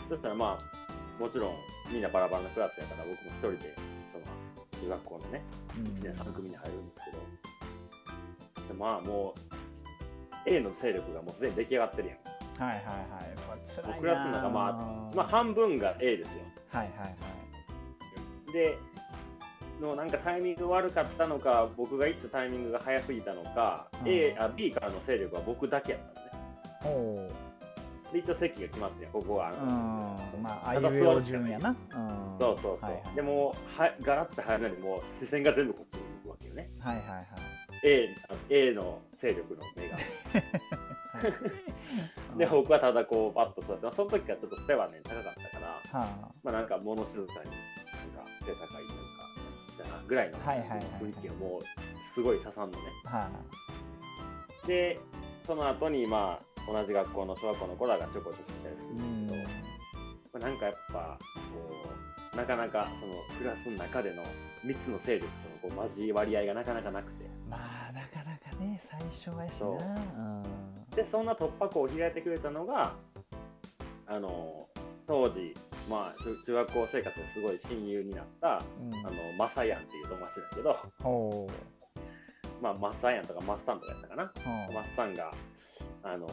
S2: そしたらまあもちろんみんなバラバラのクラスやから僕も一人でその中学校のね
S1: うん
S2: 1年3組に入るんですけどでまあもう A の勢力がもうすでに出来上がってるやん
S1: はいはいはいそれ辛いな
S2: クラスの中ま
S1: あ
S2: まあ半分が A ですよ
S1: はいはいはい
S2: でのなんかタイミング悪かったのか僕が行ったタイミングが早すぎたのか、
S1: うん
S2: A あ B からの勢力は僕だけやったんですね
S1: おお
S2: で一応席が決まってここはあ
S1: う
S2: の
S1: んまああ
S2: た
S1: いう
S2: だ
S1: え
S2: 座
S1: お
S2: るしか
S1: 順
S2: ない
S1: やなうん
S2: そうそうそう、
S1: はいはい
S2: でもうはガラッと入るのにもう視線が全部こっちに行くわけよね
S1: はいはいはい
S2: A, あの A の勢力の目がで
S1: は
S2: 僕はただこうバッと座ってその時からちょっと背はね高かったから
S1: あ
S2: まあなんか物静かになんか背高いなんかだなぐらいの
S1: はいはいはいはい
S2: 雰囲気をもうすごい刺さんのね
S1: は
S2: でその後にまあ同じ学校の小学校の子らがちょこちょこ来たり
S1: あ
S2: す
S1: う
S2: るん
S1: ん
S2: ですけど、まあ、なんかやっぱこうなかなかそのクラスの中での3つの勢力とのこう交わり合いがなかなかなくて
S1: まあなかなかね最初はやしな
S2: そう
S1: うん
S2: でそんな突破口を開いてくれたのがあの当時まあ中中学校生活ですごい親友になった
S1: うん
S2: あのマサヤンっていう友達だけど、
S1: ほう
S2: まあ、マサヤンとかマスタンとかやったかな
S1: ほう
S2: マスタンがあの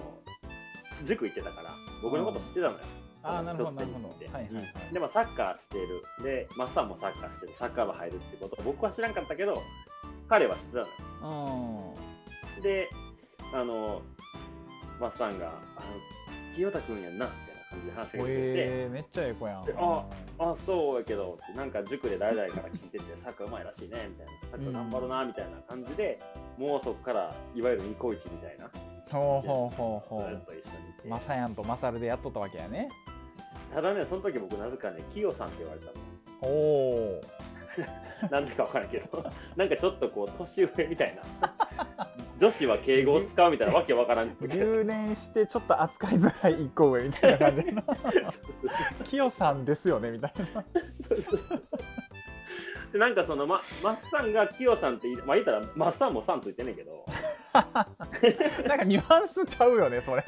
S2: 塾行ってたから僕のこと知ってたのよ、
S1: ああなるほどなるほ
S2: 一つ手
S1: ど
S2: に
S1: はいはいは
S2: 入って
S1: い
S2: でもサッカーしてるでマッサンもサッカーしてるサッカー部入るってこと僕は知らんかったけど彼は知ってたのよ
S1: うん
S2: であのマッサンが「あの清田君やんな」みたいな感じで話が出てて、
S1: ええめっちゃええ子やん
S2: でああそうやけどってなんか塾で誰々から聞いててサッカーうまいらしいねみたいなサッカー頑張ろうなみたいな感じで、もうそこからいわゆるニコイチみたいな
S1: ほうほうほうほ
S2: ずっ
S1: う
S2: と一緒にいて、
S1: マサヤンとマサルでやっとったわけやね
S2: ただねその時僕なぜかねキヨさんって言われたの
S1: おお
S2: なんでかわからんけど、 なんかちょっとこう、年上みたいな。 女子は敬語を使うみたいなわけわからんく て。
S1: 留年してちょっと扱いづらい一個上みたいな感じ のキヨさんですよねみたいな
S2: でなんかその、ま、マッサンがキヨさんって言い、まあ、言ったら、マッサンもさんついてんねんけど、
S1: なんかニュアンスちゃうよねそれ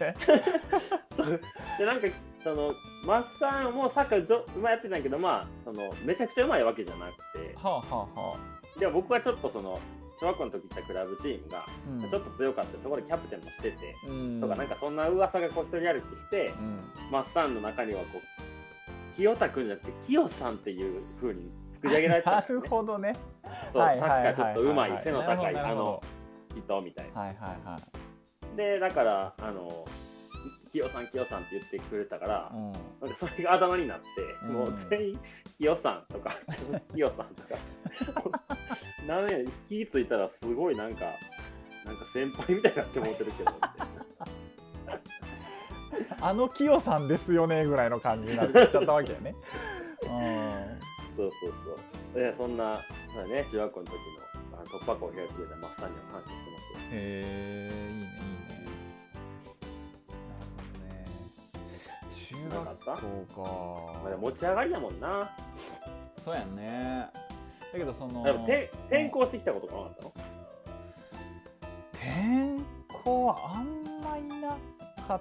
S2: で、なんか、その、マッサンもサッカーじょうまいやってないけど、まあ、その、めちゃくちゃうまいわけじゃなくて、
S1: はあはあはあ、
S2: でも僕はちょっとその、小学校の時行ったクラブチームが、
S1: うん、
S2: ちょっと強かった、そこでキャプテンもしてて、
S1: うん
S2: とか、なんかそんな噂がこう一人歩きして、
S1: うん
S2: マッサンの中にはこう清田君じゃなくて清さんっていう風に作り上げられてた
S1: なん
S2: です
S1: る
S2: ね。
S1: ほどね
S2: そうサッカーちょっと上手い背の高い
S1: な
S2: あ
S1: るほ
S2: の
S1: ど
S2: 人みたい
S1: なるほどはいはいはい
S2: な。でだからあの清さん清さんって言ってくれたから、
S1: うん
S2: なんかそれが頭になって、
S1: うん
S2: もう全員清さんとか 清さんとか。 なんや気ぃついたらすごいなんかなんか先輩みたいになって思ってるけどって。
S1: あのキヨさんですよねぐらいの感じになっちゃったわけや ねう
S2: そうそうそう。でそんなそうだね中学校の時のあの突破口を開いてくれたマッサンには感謝してますよ。
S1: んへえいいねいいねなるほどね中学校か
S2: まあ、でも持ち上がりだもんな。
S1: そうやねだけどその
S2: でもて転校してきたことがなかったの
S1: 転校はあんまりなかっ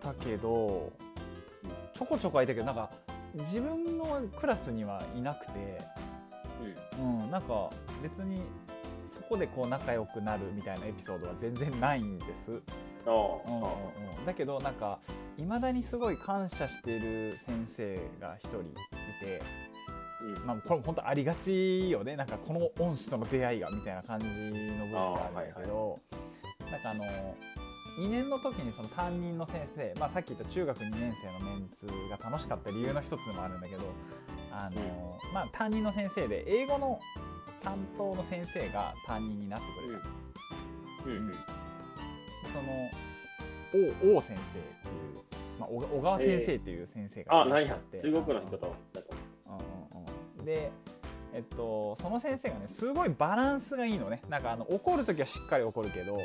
S1: たけどちょこちょこはいたけどなんか自分のクラスにはいなくて、
S2: うん。
S1: うん、なんか別にそこでこう仲良くなるみたいなエピソードは全然ないんです、うん
S2: おう
S1: うんうんだけどなんかいまだにすごい感謝してる先生が一人いて、
S2: うん
S1: まあ、これも本当ありがちよねなんかこの恩師との出会いがみたいな感じの部分があるんだけど、なんかあの2年の時にその担任の先生、まあ、さっき言った中学2年生のメンツが楽しかった理由の一つでもあるんだけどあの、まあ、担任の先生で英語の担当の先生が担任になってくれた、
S2: うんうん
S1: その王王先生っていう、まあ、小小川先生っていう先生が
S2: あ、
S1: いら
S2: な
S1: っ
S2: ん
S1: しゃ
S2: や
S1: っ、て
S2: 中国の人と。だと
S1: うんうんうんで、えっと、その先生がねすごいバランスがいいのねなんかあの怒る時はしっかり怒るけど、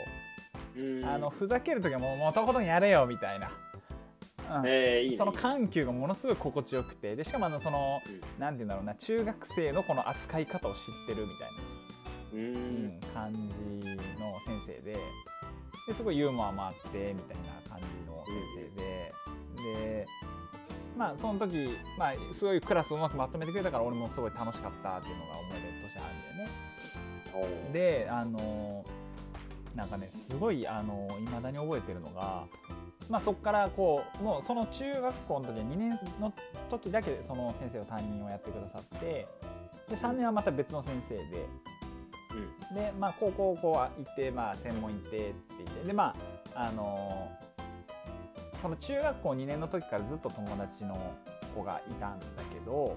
S2: うん
S1: あのふざける時はもうもうとことんやれよみたいな、うん
S2: えーいいね
S1: その緩急がものすごい心地よくてでしかもあのその
S2: うん
S1: なんて言うんだろうな中学生のこの扱い方を知ってるみたいな、
S2: う
S1: うん
S2: ん
S1: 感じの先生でですごいユーモアもあってみたいな感じの先生で、でまあその時、まあ、すごいクラスをうまくまとめてくれたから俺もすごい楽しかったっていうのが思い出としてあるんだよね。
S2: おう
S1: であのなんかねすごいあの未だに覚えてるのが、まあ、そこからこうもうその中学校の時は2年の時だけその先生を担任をやってくださってで3年はまた別の先生で。
S2: うん
S1: で、まあ、高校こう行って、まあ、専門行ってって言ってでまああのーその中学校2年の時からずっと友達の子がいたんだけど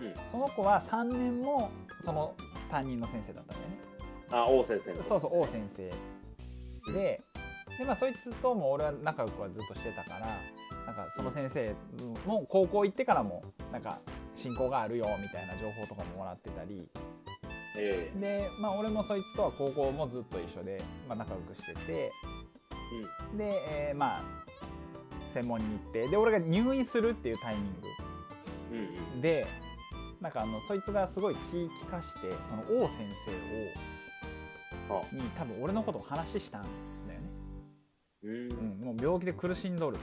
S2: うん
S1: その子は3年もその担任の先生だったんだよね。
S2: あ、王先生の。
S1: そうそう王先生でで、まあ、そいつとも俺は仲良くはずっとしてたからなんかその先生も高校行ってからもなんか進行があるよみたいな情報とかももらってたり
S2: え
S1: で、まあ、俺もそいつとは高校もずっと一緒で、まあ、仲良くしてて
S2: ーうん
S1: で、えーまあ専門に行ってで俺が入院するっていうタイミン
S2: うんうん
S1: グでなんかあのそいつがすごい気利かしてその王先生を
S2: あ
S1: に多分俺のことを話したんだよね、
S2: うん
S1: うん、もう病気で苦しんどる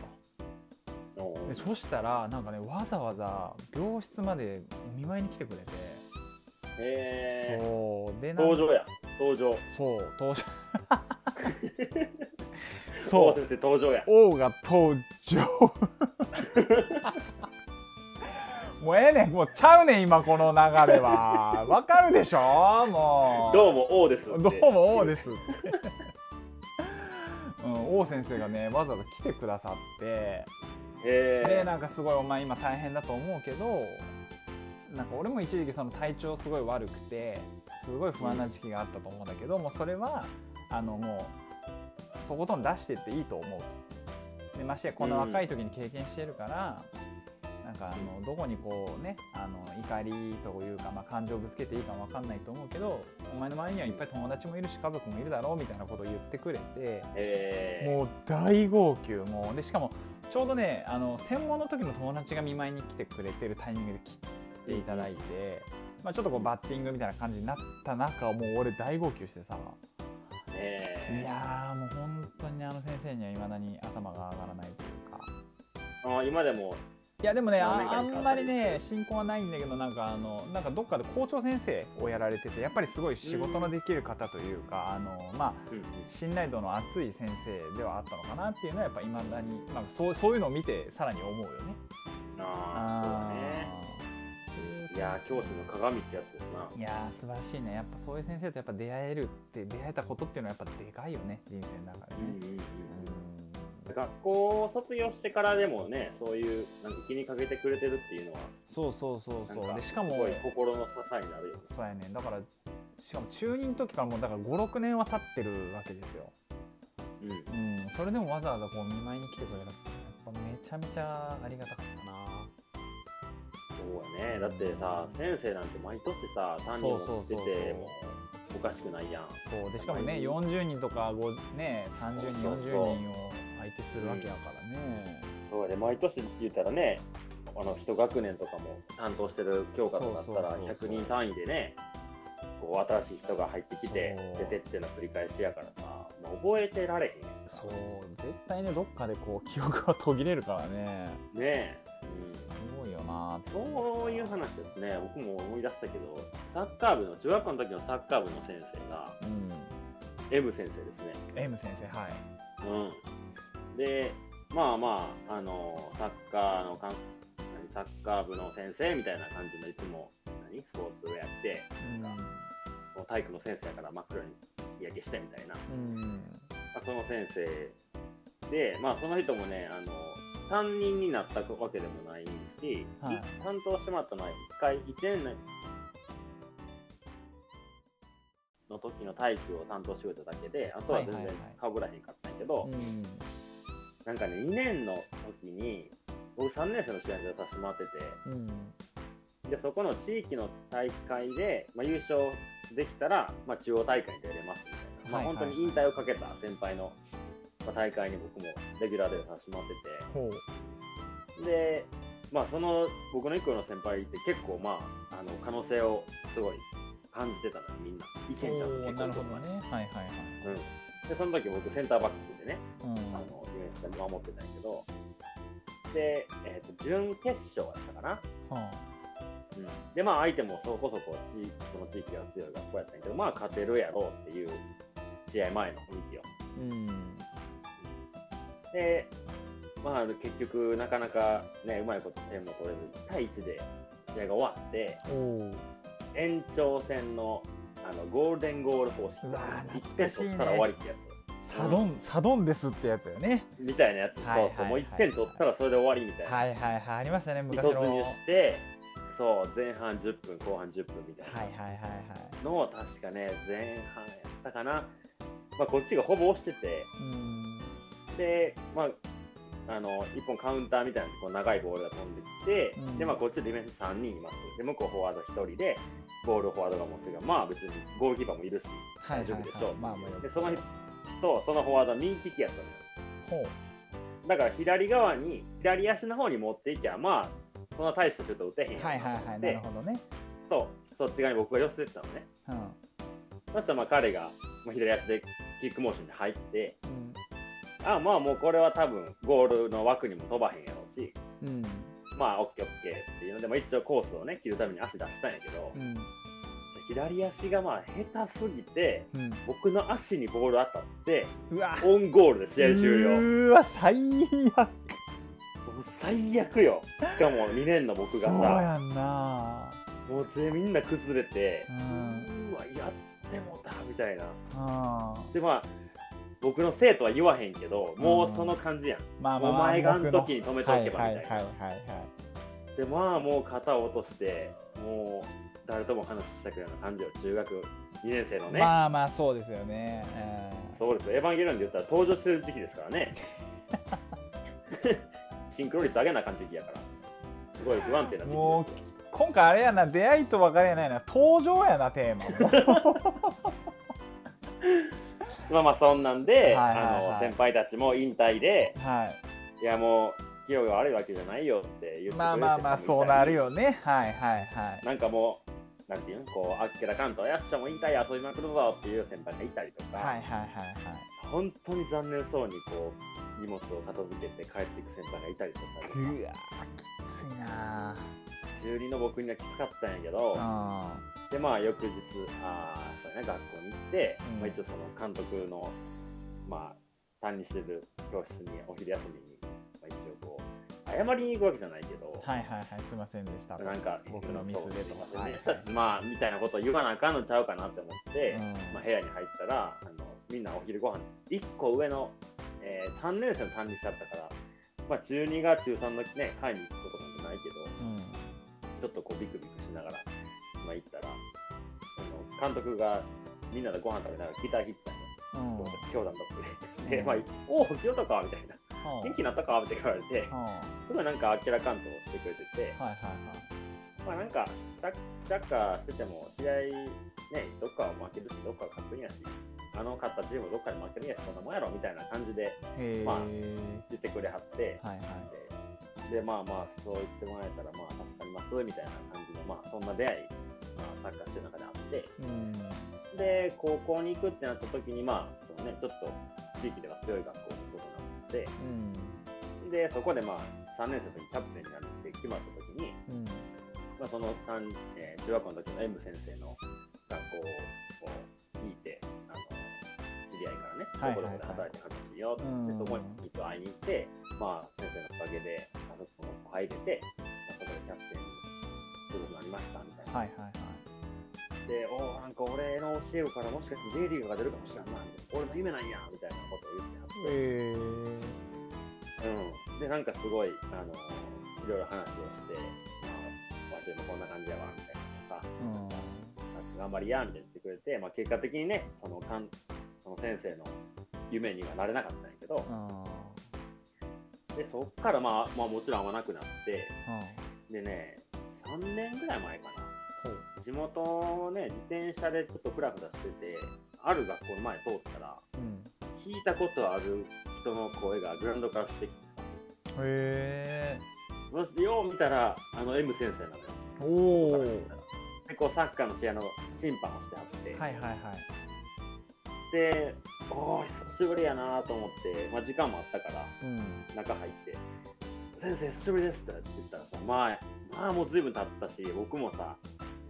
S1: と。
S2: おう
S1: でそしたらなんかねわざわざ病室までお見舞いに来てくれて、
S2: えー
S1: そうでなん
S2: 登場や登場
S1: そう登 場
S2: 王
S1: そう
S2: 先生登場や
S1: 王が登場もうええねんもうちゃうねん今この流れはわかるでしょもう
S2: どうも王ですって
S1: どうも王ですってうん、王先生がねわざわざ来てくださって
S2: へ
S1: で
S2: え
S1: なんかすごいお前今大変だと思うけどなんか俺も一時期その体調すごい悪くてすごい不安な時期があったと思うんだけど、もうそれはあのもうとことん出してっていいと思うとでましてやこんな若い時に経験してるから、なんかあのどこにこうねあの怒りというか、まあ、感情をぶつけていいかも分かんないと思うけどお前の周りにはいっぱい友達もいるし家族もいるだろうみたいなことを言ってくれて。
S2: え
S1: もう大号泣もうでしかもちょうどねあの専門の時も友達が見舞いに来てくれてるタイミングで切っていただいて、まあ、ちょっとこうバッティングみたいな感じになった中もう俺大号泣してさ
S2: ー
S1: い
S2: え
S1: やーもう本当にあの先生にはいまだに頭が上がらないというか
S2: ーあ今でも
S1: いやでもね
S2: 何年
S1: あ
S2: か
S1: あ
S2: に
S1: ん
S2: 変わったり
S1: まりね進行はないんだけどなんかあのなんかどっかで校長先生をやられててやっぱりすごい仕事のできる方というか、あのまあ
S2: うんうん
S1: 信頼度の厚い先生ではあったのかなっていうのはやっぱいまだに、まあ、そうそういうのを見てさらに思うよね。
S2: ああそうだね
S1: あー
S2: いやー教師の鏡ってやつですない
S1: やー素晴らしいねやっぱそういう先生とやっぱ出会えるって出会えたことっていうのはやっぱでかいよね人生の中で
S2: うんうん
S1: ね。
S2: うん
S1: うん
S2: 学校を卒業してからでもねそういうなんか気にかけてくれてるっていうのは
S1: そうそうそう
S2: なん
S1: そう
S2: か
S1: ですしかも
S2: ごい心の支えになるよね
S1: そうやねだからしかも中2の時からもうだから56年は経ってるわけですよ。
S2: うん
S1: うん、それでもわざわざこう見舞いに来てくれたってやっぱめちゃめちゃありがたかったな。
S2: そうやねだってさ先生なんて毎年さ担任も出
S1: そうそうそうそ
S2: て
S1: う
S2: もおかしくないやん
S1: そうでしかもね40人とか5、ね、30人
S2: そうそうそう
S1: 40人を相手するわけやからね、
S2: そうやで毎年言ったらねあの一学年とかも担当してる教科とかだった
S1: そ
S2: ら
S1: うそうそうそう
S2: 100人単位でねこう新しい人が入ってきて
S1: そう
S2: 出てっての繰り返しやからさもう覚えてられへんやん
S1: そう絶対ねどっかでこう記憶が途切れるからね
S2: ねえ、
S1: すごいよななって
S2: そういう話ですね、僕も思い出したけど、サッカー部の、中学校の時のサッカー部の先生が、
S1: うん
S2: M 先生ですね。
S1: M 先生はい
S2: うん、で、まあまあ、あのサッカーのかん、何サッカー部の先生みたいな感じの、いつも、何スポーツをやって、もう体育の先生やから真っ黒に日焼けしてみたいな、ま
S1: うん、
S2: あ、その先生で、まあ、その人もね、あの担任になったわけでもないし、
S1: はい
S2: 担当してもらったのは1回、1年内の時の体育を担当してくれただけで、あとは全
S1: はい
S2: 然
S1: はいはい
S2: かぶらへんかったんやけど、
S1: うん、
S2: なんかね、2年の時に、僕3年生の試合に出させてもらってて、
S1: うん、
S2: で、そこの地域の大会で、まあ、優勝できたら、まあ、中央大会に出れますみたいな、まあ、
S1: はいはい
S2: 本当に引退をかけた先輩の、まあ、大会に僕もレギュラーで出させてもらっ
S1: ほう
S2: てて、で、まあ、その僕の1個上の先輩って結構、まあ、あの可能性をすごい感じてたのに、みんな、意見ちゃ
S1: おー
S2: ん
S1: なるほどねはいはいはい、
S2: うん、で、その時僕、センターバックでね、
S1: うん、
S2: あの、ディフェンスで守ってたんやけど、で、えーと準決勝だったかな。
S1: は
S2: で、まあ、相手もそこそこ地域その地域が強い学校やったんやけど、まあ、勝てるやろうっていう試合前の雰囲気を。
S1: あうん
S2: で、まあ、結局、なかなかね、うまいこと点も取れず、1対1で試合が終わって、
S1: おお
S2: 延長戦のあのゴールデンゴール方式、
S1: うわー
S2: 1
S1: 懐か
S2: 点
S1: しいね
S2: 取ったら終わりってやつ。
S1: サドンサドンですってやつよね
S2: みたいなやつ、
S1: はいはいはい
S2: そうそうもう1点取ったらそれで終わりみたいな。
S1: はいはいはいありましたね
S2: に
S1: 昔
S2: 突
S1: の
S2: 入して、そう、前半10分、後半10分みたい
S1: はいはいはいは
S2: なのを、確かね、前半やったかな、まあ、こっちがほぼ押してて、
S1: いうん
S2: で、まあ、あの1本カウンターみたいなこう長いボールが飛んできて、
S1: うん
S2: でまあ、こっちディフェンス3人います、で向こうフォワード1人で、ボールをフォワードが持ってるから、まあ別にゴールキーパーもいるし、
S1: はいは
S2: 大
S1: い
S2: 丈
S1: は
S2: 夫
S1: い
S2: でしょう、
S1: まあまあ
S2: でその人とそのフォワードは右利きやったのよ。
S1: ほう
S2: だから左側に、左足の方に持っていきゃ、まあ、そんな大したシュート打てへんやん
S1: はいはいはいなるほどね
S2: そう、そっち側に僕が寄せてたのね。
S1: うん
S2: そしたらまあ彼がまあ左足でキックモーションで入って、
S1: うん
S2: あまあもうこれは多分ゴールの枠にも飛ばへんやろうし、
S1: うん
S2: まあオッケーオッケーっていうので、まあ、一応コースをね、切るために足出したんやけど、
S1: うん
S2: 左足がまあ下手すぎて、
S1: うん
S2: 僕の足にボール当たって、
S1: うわ
S2: オンゴールで試合終了。もう
S1: うわ最悪
S2: 最悪よ。しかも2年の僕が
S1: そう
S2: さ、
S1: やんな
S2: もう全みんな崩れて
S1: う、
S2: うんわ、やってもうたみたいな。
S1: あー
S2: でまあ僕の生徒は言わへんけどもうその感じやん、
S1: まあまあ
S2: お
S1: まあ
S2: 前があの
S1: 僕の
S2: 時に止めと
S1: は
S2: け
S1: い
S2: ば
S1: はい
S2: み
S1: は
S2: た
S1: い
S2: いな、
S1: はいはい
S2: でまあもう肩を落としてもう誰とも話したくないような感じよ中学2年生のね、
S1: まあまあそうですよね、うん
S2: そうですよエヴァンゲリオンで言ったら登場してる時期ですか らねシンクロ率上げなあかん時期やからすごい不安定な時期
S1: もう
S2: ですよ
S1: 今回あれやな出会いと別れやないな登場やなテーマ も
S2: まあまあそんなんで、
S1: はいはいはい
S2: あの先輩たちも引退で
S1: はい
S2: いやもう器用が悪いわけじゃないよって言ってくれて
S1: まあまあまあそうなるよねはいはいはい
S2: なんかもう、なんていうの、こう、あっけらかんと、よっしゃ、もう引退遊びまくるぞっていう先輩がいたりとか、
S1: はいはいはいはい
S2: 本当に残念そうに、こう、荷物を片付けて帰っていく先輩がいたりとか、
S1: うわきついな
S2: 中二の僕にはきつかったんやけど、
S1: あ
S2: で、まあ、翌日、ああ、そうやな、学校に行って、
S1: うん
S2: まあ、一応その監督の、まあ、担任してる教室に、お昼休みに、まあ、一応こう、謝りに行くわけじゃないけど、
S1: はいはいはいすいませんでした
S2: なんか
S1: 僕のミスでとか
S2: そう
S1: はい
S2: すい ません まあみたいなことを言わなあかんのちゃうかなって思って、
S1: うん
S2: まあ、部屋に入ったらあのみんなお昼ご飯一1個上の、えー、3年生の担任しちゃったから、まあ、中2が中3の、ね、会に行くことなんてないけど
S1: うん
S2: ちょっとこうビクビクしながら、まあ、行ったらあの監督がみんなでご飯食べながらギター弾いてたんよ
S1: うんうん
S2: こう教団だってで、
S1: うん
S2: まあ、おお清田かみたいな元気になったかみたいな言われて
S1: うん
S2: すごいなんかあっけらかんとしてくれてて。
S1: はいはいはい
S2: まあなんか、サッサッカーしてても、試合、ね、どっかは負けるし、どっかは勝つんやし、あの勝ったチームどっかで負けるんやし、そんなもんやろみたいな感じで
S1: へえ、
S2: まあ言ってくれはって、
S1: はいはい
S2: で、でまあまあ、そう言ってもらえたら、まあ、助かります、みたいな感じの、まあ、そんな出会い、まあ、サッカーしてる中であって、
S1: うん
S2: で、高校に行くってなった時に、まあ、そのね、ちょっと地域では強い学校に行くことになって、
S1: うん
S2: で、そこでまあ、 3年生の時にキャプテンになって決まった時に、
S1: うん
S2: まあ、その三、えー中学校の時の M 先生の学校を聞いて、あの知り合いか
S1: はい
S2: ら
S1: はい
S2: ね、どこど
S1: はい
S2: こで働いてほしいよって、
S1: うん
S2: そこにきっと会いに行って、まあ、先生のおかげで、あそこも入れて、まあ、そこでキャプテンすることになりましたみたいな。
S1: はいはいはい
S2: で、おーなんか俺の教え子からもしかして J リーグが出るかもしれんな、みたいな俺の夢なんや、みたいなことを言っ
S1: え
S2: てはって。うん、でなんかすごいあのいろいろ話をして「まあ、わしもこんな感じやわ」みたいなさ
S1: ー、うん
S2: 「頑張りや」みたいに言ってくれて、まあ、結果的にねそのかんその先生の夢にはなれなかったんやけど
S1: あ
S2: でそっから、まあ、まあもちろん会わなくなって
S1: ーうん
S2: でね3年ぐらい前かな
S1: ほう
S2: 地元をね自転車でちょっとフラフラしててある学校の前通ったら
S1: うん
S2: 聞いたことある人の声がグラウンドからしてきてさ
S1: へえ
S2: そしてよう見たらあの M 先生なのよ
S1: ー、おおはい
S2: でこうサッカーの試合の審判をしてはって、
S1: はいはい
S2: でおお久しぶりやなと思って、まあ、時間もあったから
S1: うん
S2: 中入って「先生久しぶりです」って言ったらさまあまあもう随分経ったし僕もさ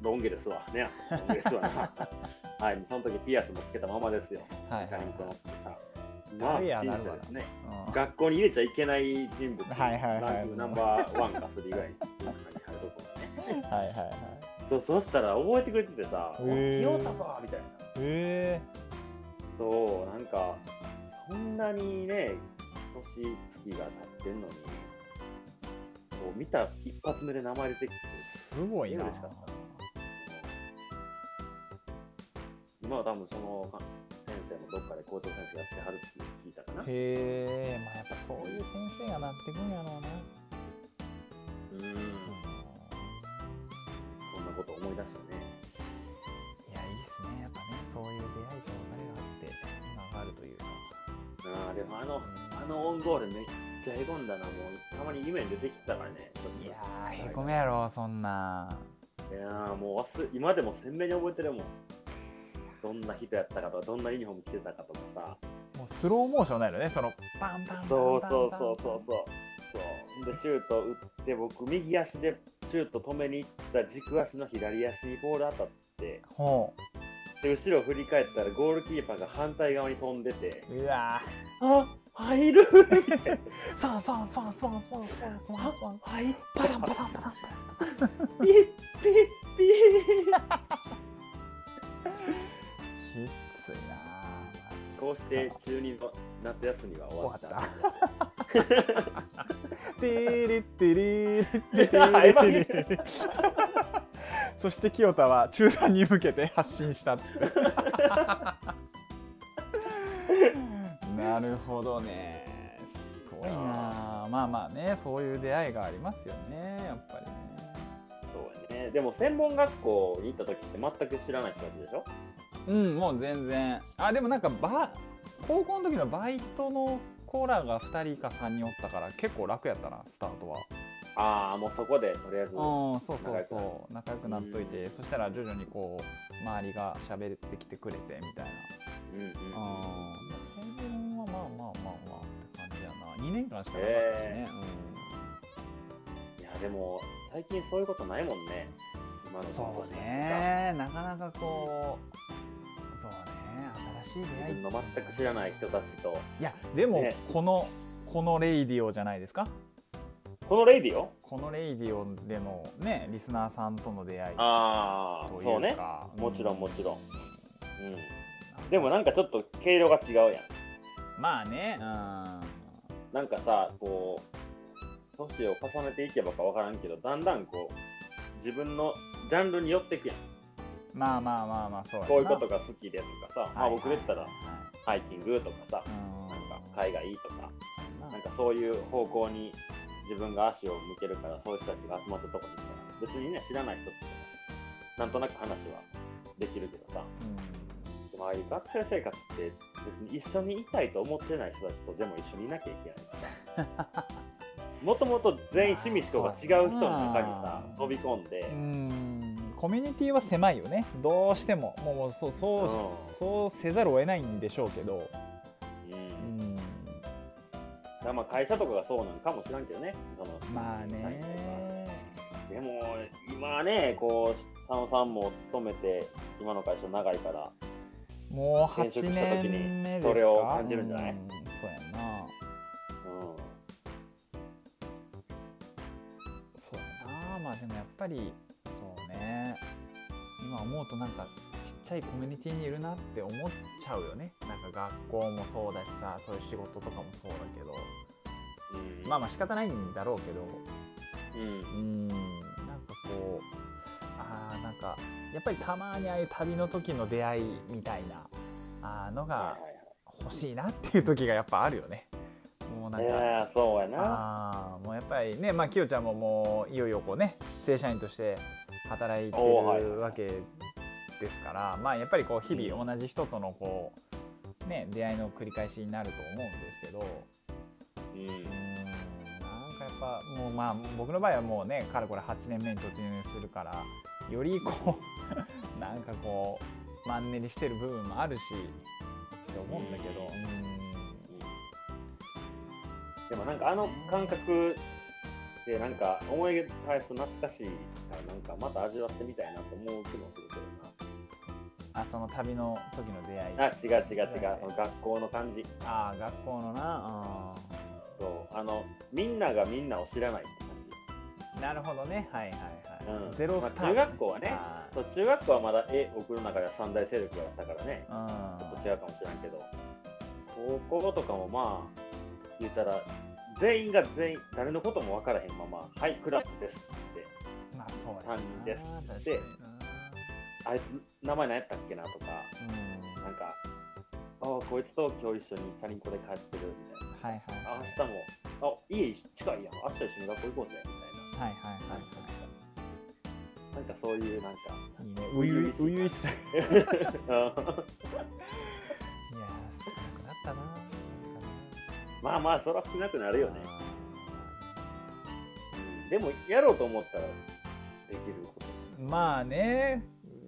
S2: ロン毛ですわねロン毛ですわ なはいその時ピアスもつけたままですよ
S1: はい
S2: 中
S1: はい
S2: にこの
S1: は
S2: さまあ
S1: 誰
S2: 不
S1: や
S2: 審
S1: な
S2: 者ですね
S1: い
S2: 学校に入れちゃいけない人物
S1: はいはいはい
S2: ランクナンバーワンかスリーぐらいに入るところね
S1: うんはいはいはい
S2: そうそしたら覚えてくれててさ「
S1: へ
S2: お
S1: ー
S2: 清田か」みたいな
S1: へえ
S2: そうなんかそんなにね年月が経ってんのにこう見た一発目で名前出てきて
S1: ー、すごいな
S2: 嬉しかっ今は多分そのか先生もどっかで校長先生やってはるって聞いたかな
S1: へえまあやっぱそういう先生がなってくんやろうな
S2: うんそんなこと思い出したね
S1: いやいいっすねやっぱねそういう出会いと別れがあって今があるというか
S2: あーでもあのあのオンゴールめっちゃへこんだなもうたまに夢に出てきたからねちょっと
S1: いやーへこめやろそんない
S2: やーもう忘れ今でも鮮明に覚えてるもんどんな人やったかとかどんなユニフォーム着てたかとかさ
S1: もうスローモーションなるねそのパンパンパンパン
S2: そうそう
S1: パン
S2: そうそうそうそうでシュート打って僕右足でシュート止めに行った軸足の左足にボール当たって
S1: ほ
S2: で後ろ振り返ったらゴールキーパーが反対側に飛んでて
S1: ううわ
S2: あ入る
S1: ーそうそうそうそうそうそうそうそう
S2: 入っ
S1: パサンパサンパサンパサン
S2: ピッピッピッ
S1: きついなあマジ
S2: こうして中二の夏休みは終わった
S1: 終わテーレッテレーレッテレーレッテレーレそして清田は中3に向けて発信したっつってなるほどねすごいなあまあまあねそういう出会いがありますよねやっぱりね
S2: そうやねでも専門学校に行った時って全く知らない人たちでしょ
S1: うんもう全然あでもなんかバ高校の時のバイトのコーラが2人か3人おったから結構楽やったなスタートは
S2: ああもうそこでとりあえず
S1: うんそうそう
S2: 仲良くなる
S1: そう仲良くなっといてそしたら徐々にこう周りが喋ってきてくれてみたいな
S2: うんうん
S1: うんそ分はまあまあまあまあって感じやな2年間しかなかったしね、
S2: へいやでも最近そういうことないもんね今
S1: う
S2: の
S1: ん、そうねなかなかこうそうね新しい出会
S2: 自
S1: い
S2: 分の全く知らない人たちと
S1: いやでも
S2: ね
S1: この、このレイディオじゃないですか
S2: このレイディオ
S1: このレイディオでのねリスナーさんとの出会い
S2: ああ
S1: と
S2: そう
S1: いう
S2: ね
S1: か
S2: もちろんもちろんうん
S1: うん
S2: でもなんかちょっと毛色が違うやん
S1: まあねうん
S2: なんかさこう年を重ねていけばか分からんけどだんだんこう自分のジャンルに寄ってくやん
S1: まあまあまあまあそうやな
S2: こういうことが好きでとかさ、ま
S1: は
S2: あ、
S1: いはい
S2: 僕で言ったら
S1: はい
S2: ハイキングとかさ
S1: うん
S2: なんか海外いいとか
S1: そうやな
S2: なんかそういう方向に自分が足を向けるから、そういう人たちが集まったとこに行ったら、別にね、知らない人って、なんとなく話はできるけどさ、
S1: うん
S2: でもああいう学生生活って、別に一緒にいたいと思ってない人たちとでも一緒にいなきゃいけないしさ。もともと全員趣味思考が違う人の中にさ
S1: まあ、
S2: 飛び込んで、
S1: うんコミュニティは狭いよねどうしてももうもうそうそう,、
S2: うん
S1: そうせざるを得ないんでしょうけど
S2: うん
S1: うん
S2: からまあ会社とかがそうなんかもしらんけどね。その
S1: まあ
S2: 社員
S1: ね
S2: とかでも今ね、こう佐野さんも勤めて今の会社長いから、
S1: もう
S2: 転職
S1: 8
S2: した時に
S1: 年目ですか
S2: それを感じるんじゃない
S1: うんそうやな
S2: うん、
S1: そうやなまあでもやっぱりそうね今思うとなんかちっちゃいコミュニティにいるなって思っちゃうよねなんか学校もそうだしさそういう仕事とかもそうだけど
S2: うん
S1: まあまあ仕方ないんだろうけど
S2: うん
S1: うーんなんかこうあーなんかやっぱりたまにああいう旅の時の出会いみたいなあーの
S2: は
S1: が
S2: いはいはい
S1: 欲しいなっていう時がやっぱあるよね。もうなん
S2: い
S1: か、
S2: やーそうやな。
S1: あーもうやっぱりねまあきよちゃんももういよいよこうね正社員として働いて
S2: おーはいはい
S1: るわけですからまあやっぱりこう日々同じ人とのこうね出会いの繰り返しになると思うんですけど
S2: うん
S1: うーんなんかやっぱもうまあ僕の場合はもうねかれこれ8年目に突入するからよりこう なんかこうマンネリしてる部分もあるしって思うんだけど
S2: う
S1: うんー
S2: でもなんかあの感覚でなんか思い返すと懐かしいからなんかまた味わってみたいなと思う気もするけ
S1: んあその旅の時の出会い
S2: どな。あ違う違う違う、その学校の感じ
S1: あー学校のな
S2: そうあのみんながみんなを知らないって感
S1: うんなるほどねはいはいはい、
S2: うん
S1: ゼロスタート、
S2: まあ中学校はね
S1: あ
S2: じそう中学校はまだ絵送る中では三大勢力があったからねちょ
S1: ー
S2: っと違うかもしれんけど高校とかもまあ言ったら全員が全員誰のことも分からへんまま「はいクラスです」って
S1: うんまあそうやな
S2: 担任です
S1: 確かに
S2: であいつ名前何やったっけなとか、
S1: なうん
S2: なんか、ああ、こいつと今日一緒にチャリンコで帰ってるみたい
S1: はいはい
S2: な。あ明日も、あ家近いやん、明日一緒に学校行こうぜみ
S1: はいはい
S2: たいな。
S1: は
S2: ないんかなんかそういう、なんか、
S1: いいね初々初々しさいやー、少なくなったな。なんか
S2: まあまあ、そら少なくな
S1: な
S2: るよね。でも、やろうと思ったらできること。
S1: まあね、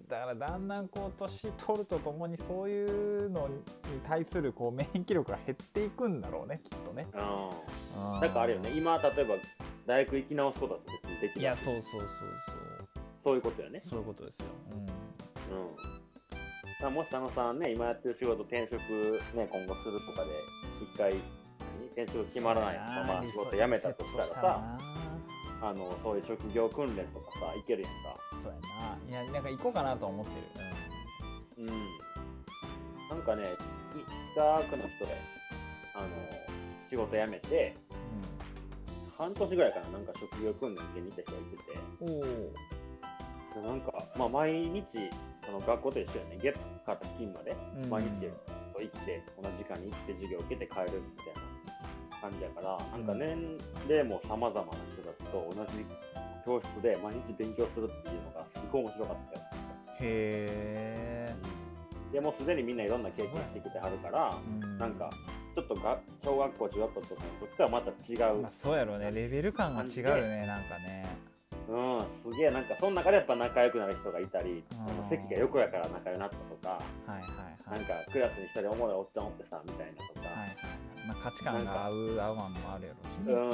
S1: だからだんだんこう年取るとともにそういうのに対するこう免疫力が減っていくんだろうね、きっとね。
S2: う
S1: うん
S2: ん。なんかあれよね、。今、例えば、大学行き直すことだって別にできる。
S1: いや、そうそうそうそう。
S2: そういうことよね。
S1: そういうことですよ。う
S2: うんまあ、もし佐野さんね、今やってる仕事、転職、ね、今後するとかで、一回、何転職
S1: ん。
S2: 決まらないまま仕事辞めたとしたらさ、
S1: そうやな
S2: あのそういう職業訓練とかさ、いけるやんか。
S1: そうやな。いや、なんか行こうかなとは思ってる。
S2: うん。なんかね、い近くの人で、あの、仕事辞めて、半年ぐらいからなんか職業訓練受けに行った人がいて
S1: うん。うん、おお。
S2: て、なんか、まあ、毎日、その学校と一緒やね、月から金まで、
S1: うん
S2: 毎日と行って、この時間に行って授業を受けて帰るみたいな感じやから、なんか年齢も様々な人たちと同じ教室で毎日勉強するっていうのがすごい面白かったよ。
S1: へえ。
S2: でもうすでにみんないろんな経験してきてはるから、
S1: うん
S2: なんかちょっとが小学校、中学校とかの時とはまた違う、
S1: まあ、そうやろうねレベル感が違うよねなんかね
S2: うん、すげえなんかその中でやっぱ仲良くなる人がいたり、
S1: うん
S2: あの席が横やから仲良くなったとか、
S1: はいはいはい
S2: なんかクラスに一人おもろいおっちゃんおってさ、みたいなとか。
S1: はいはいはいまあ、価値観が合う合わんもあるやろうし
S2: う
S1: ね、
S2: ん。大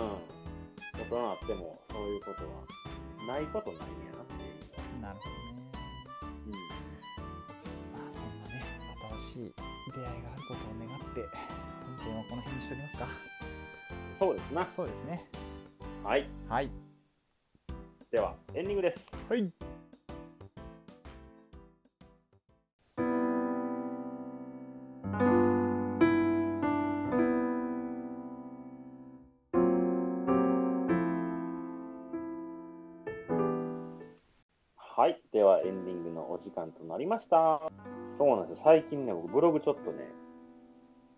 S2: 人になっても、そういうことは、ないことないんやなっていうの
S1: な
S2: は。
S1: るほどねまあそんなね新しい出会いがあることを願って本編はこの辺にしておきますか
S2: そうですな。
S1: そうですね
S2: はい。
S1: はい
S2: では、エンディングです。
S1: はい
S2: はい。では、エンディングのお時間となりました。そうなんですよ。最近ね、僕、ブログちょっとね、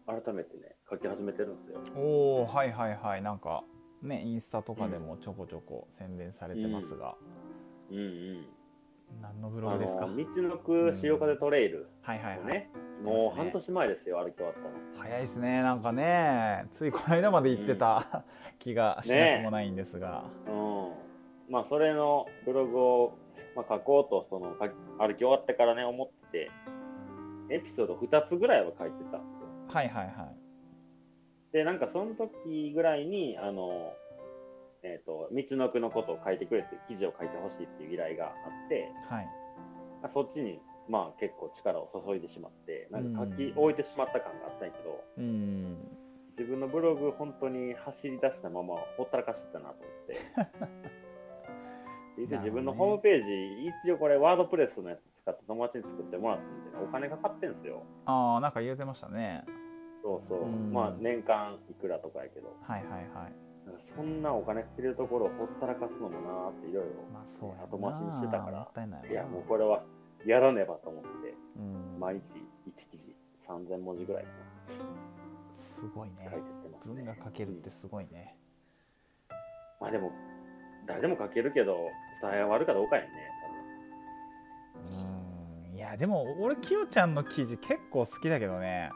S2: 改めてね、書き始めてるんですよ。
S1: おおはいはいはいなんかねインスタとかでもちょこちょこ宣伝されてますが、
S2: うんうん。
S1: 何のブ
S2: ブ
S1: ログですか、
S2: あの道のく潮風トレイル
S1: はいはい
S2: の
S1: はい、
S2: ね、
S1: はい
S2: もう半年前ですよ、歩き終わったの。
S1: 早いですねなんかねついこの間まで行ってた気がしなくもないんですが、
S2: うん、まあそれのブログを、まあ、書こうとその書き歩き終わってからね思っててエピソード2つぐらいは書いてたんですよ
S1: はいはいはい
S2: で、なんかその時ぐらいに、あの、えっ、と、道のくのことを書いてくれって、記事を書いてほしいっていう依頼があって、
S1: はい
S2: あそっちに、まあ結構力を注いでしまって、なんか書き置いてしまった感があったんやけど、
S1: うん
S2: 自分のブログ本当に走り出したままほったらかしてたなと思 ってで
S1: なるほどね
S2: 自分のホームページ一応これワードプレスのやつ使って友達に作ってもらったんでねお金かかってんすよ
S1: ああなんか言うてましたね
S2: そうそう、
S1: うん
S2: まあ年間いくらとかやけど
S1: はいはいはい
S2: なんかそんなお金かけるところをほったらかすのもなーっていろいろ
S1: まあそうやな
S2: 後回しにしてたから
S1: もったいないない
S2: やもうこれはやらねばと思って
S1: うん
S2: 毎日1記事3000文字ぐらいか
S1: すごいね
S2: な書いてってますね
S1: 文が書けるってすごいね
S2: まあでも誰でも書けるけど伝えは悪かどうかやね
S1: うんいやでも俺きよちゃんの記事結構好きだけどね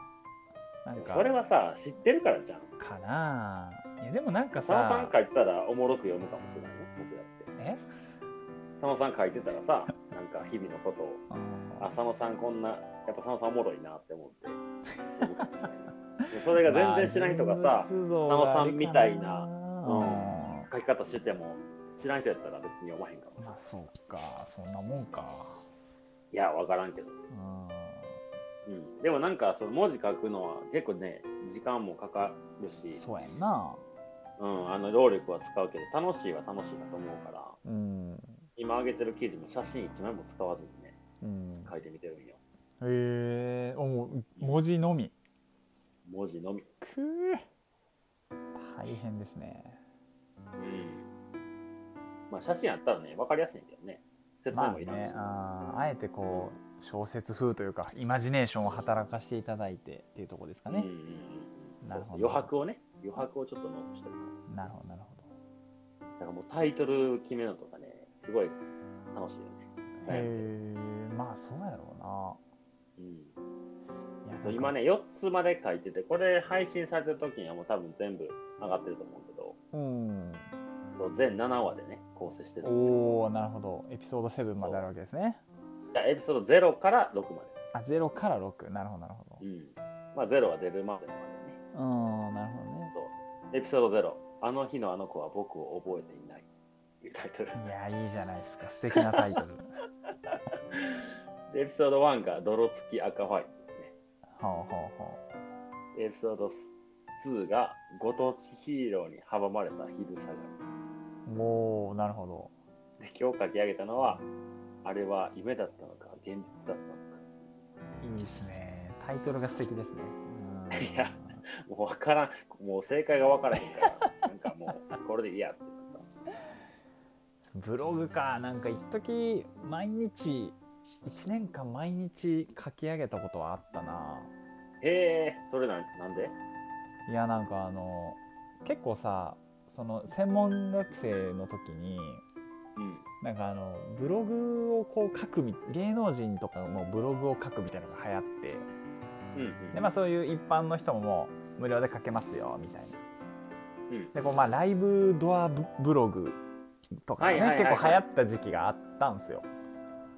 S1: なん
S2: 多分
S1: か
S2: それはさ知ってるからじゃん
S1: かないやでもなんか
S2: 佐野さん
S1: さ
S2: 書いてたらおもろく読むかもしれないね僕だ
S1: え
S2: って佐野さん書いてたら さなんか日々のことを
S1: うん
S2: あ佐野さんこんなやっぱ佐野さんおもろいなっ て思って読むかもしれないそれが全然知らん人がさ、
S1: 佐
S2: 佐野さんみたいな
S1: うん
S2: 書き方してても知らん人やったら別に読まへんかも
S1: まあそうかそんなもんか
S2: いや分からんけど、
S1: うん
S2: うん、でもなんかその文字書くのは結構ね時間もかかるし
S1: そうやんな
S2: うん、あの労力は使うけど楽しいは楽しいだと思うから
S1: うん
S2: 今上げてる記事も写真1枚も使わずにね
S1: うん
S2: 書いてみてるんよ
S1: えー、おもう文字のみ
S2: 文字のみ
S1: くー大変ですね
S2: まあ写真あったらね分かりやすいんだよね説明
S1: まあ
S2: もいらんし、
S1: ねあーあえてこう小説風というかイマジネーションを働かせていただいてっていうところですか
S2: うんうん
S1: ね、
S2: うん
S1: な
S2: そ
S1: る
S2: うそ
S1: ほ
S2: う
S1: ど
S2: 余白をね余白をちょっと残してる
S1: なるほどなるほど
S2: だからもうタイトル決めるのとかねすごい楽しいよね
S1: へ
S2: はい
S1: えまあそうやろ
S2: うん
S1: うないや
S2: 今ね4つまで書いててこれ配信されてる時にはもう多分全部上がってると思うけど
S1: うん
S2: そう全7話でね構成してるんですよ
S1: おおなるほどエピソード7まであるわけですね
S2: じゃあエピソード0から6ま
S1: あ0から6なるほどなるほど
S2: でうんまあ0は出るまでまでね
S1: うんなるほどね
S2: そうエピソード0「あの日のあの子は僕を覚えていない」っていうタイトル
S1: いやいいじゃないですか素敵なタイ トル
S2: でエピソード1が「泥付き赤ファイト」ですね
S1: ほうほうほ
S2: エピソード2が「ご当地ヒーローに阻まれた昼下が
S1: うもうなるほど
S2: り」で今日書き上げたのは「あれは夢だったのか現実だったの
S1: いいですねタイトルが素敵ですねうん
S2: いやか」もう分からんもう正解が分からへんからなんかもうこれでいいやってなった
S1: ブログかなんか一時毎日1年間毎日書き上げたことはあったな
S2: へえそれなんなんで
S1: いやなんかあの結構さその専門学生の時に
S2: うん
S1: なんかあのブログをこう書くみ芸能人とかのブログを書くみたいなのが流行って
S2: うん
S1: で、まあ、そういう一般の人ももう無料で書けますよみたいな
S2: うん
S1: でこう、まあ、ライブドアブブログとかね、
S2: はいはいはいはい
S1: 結構流行った時期があったんですよ。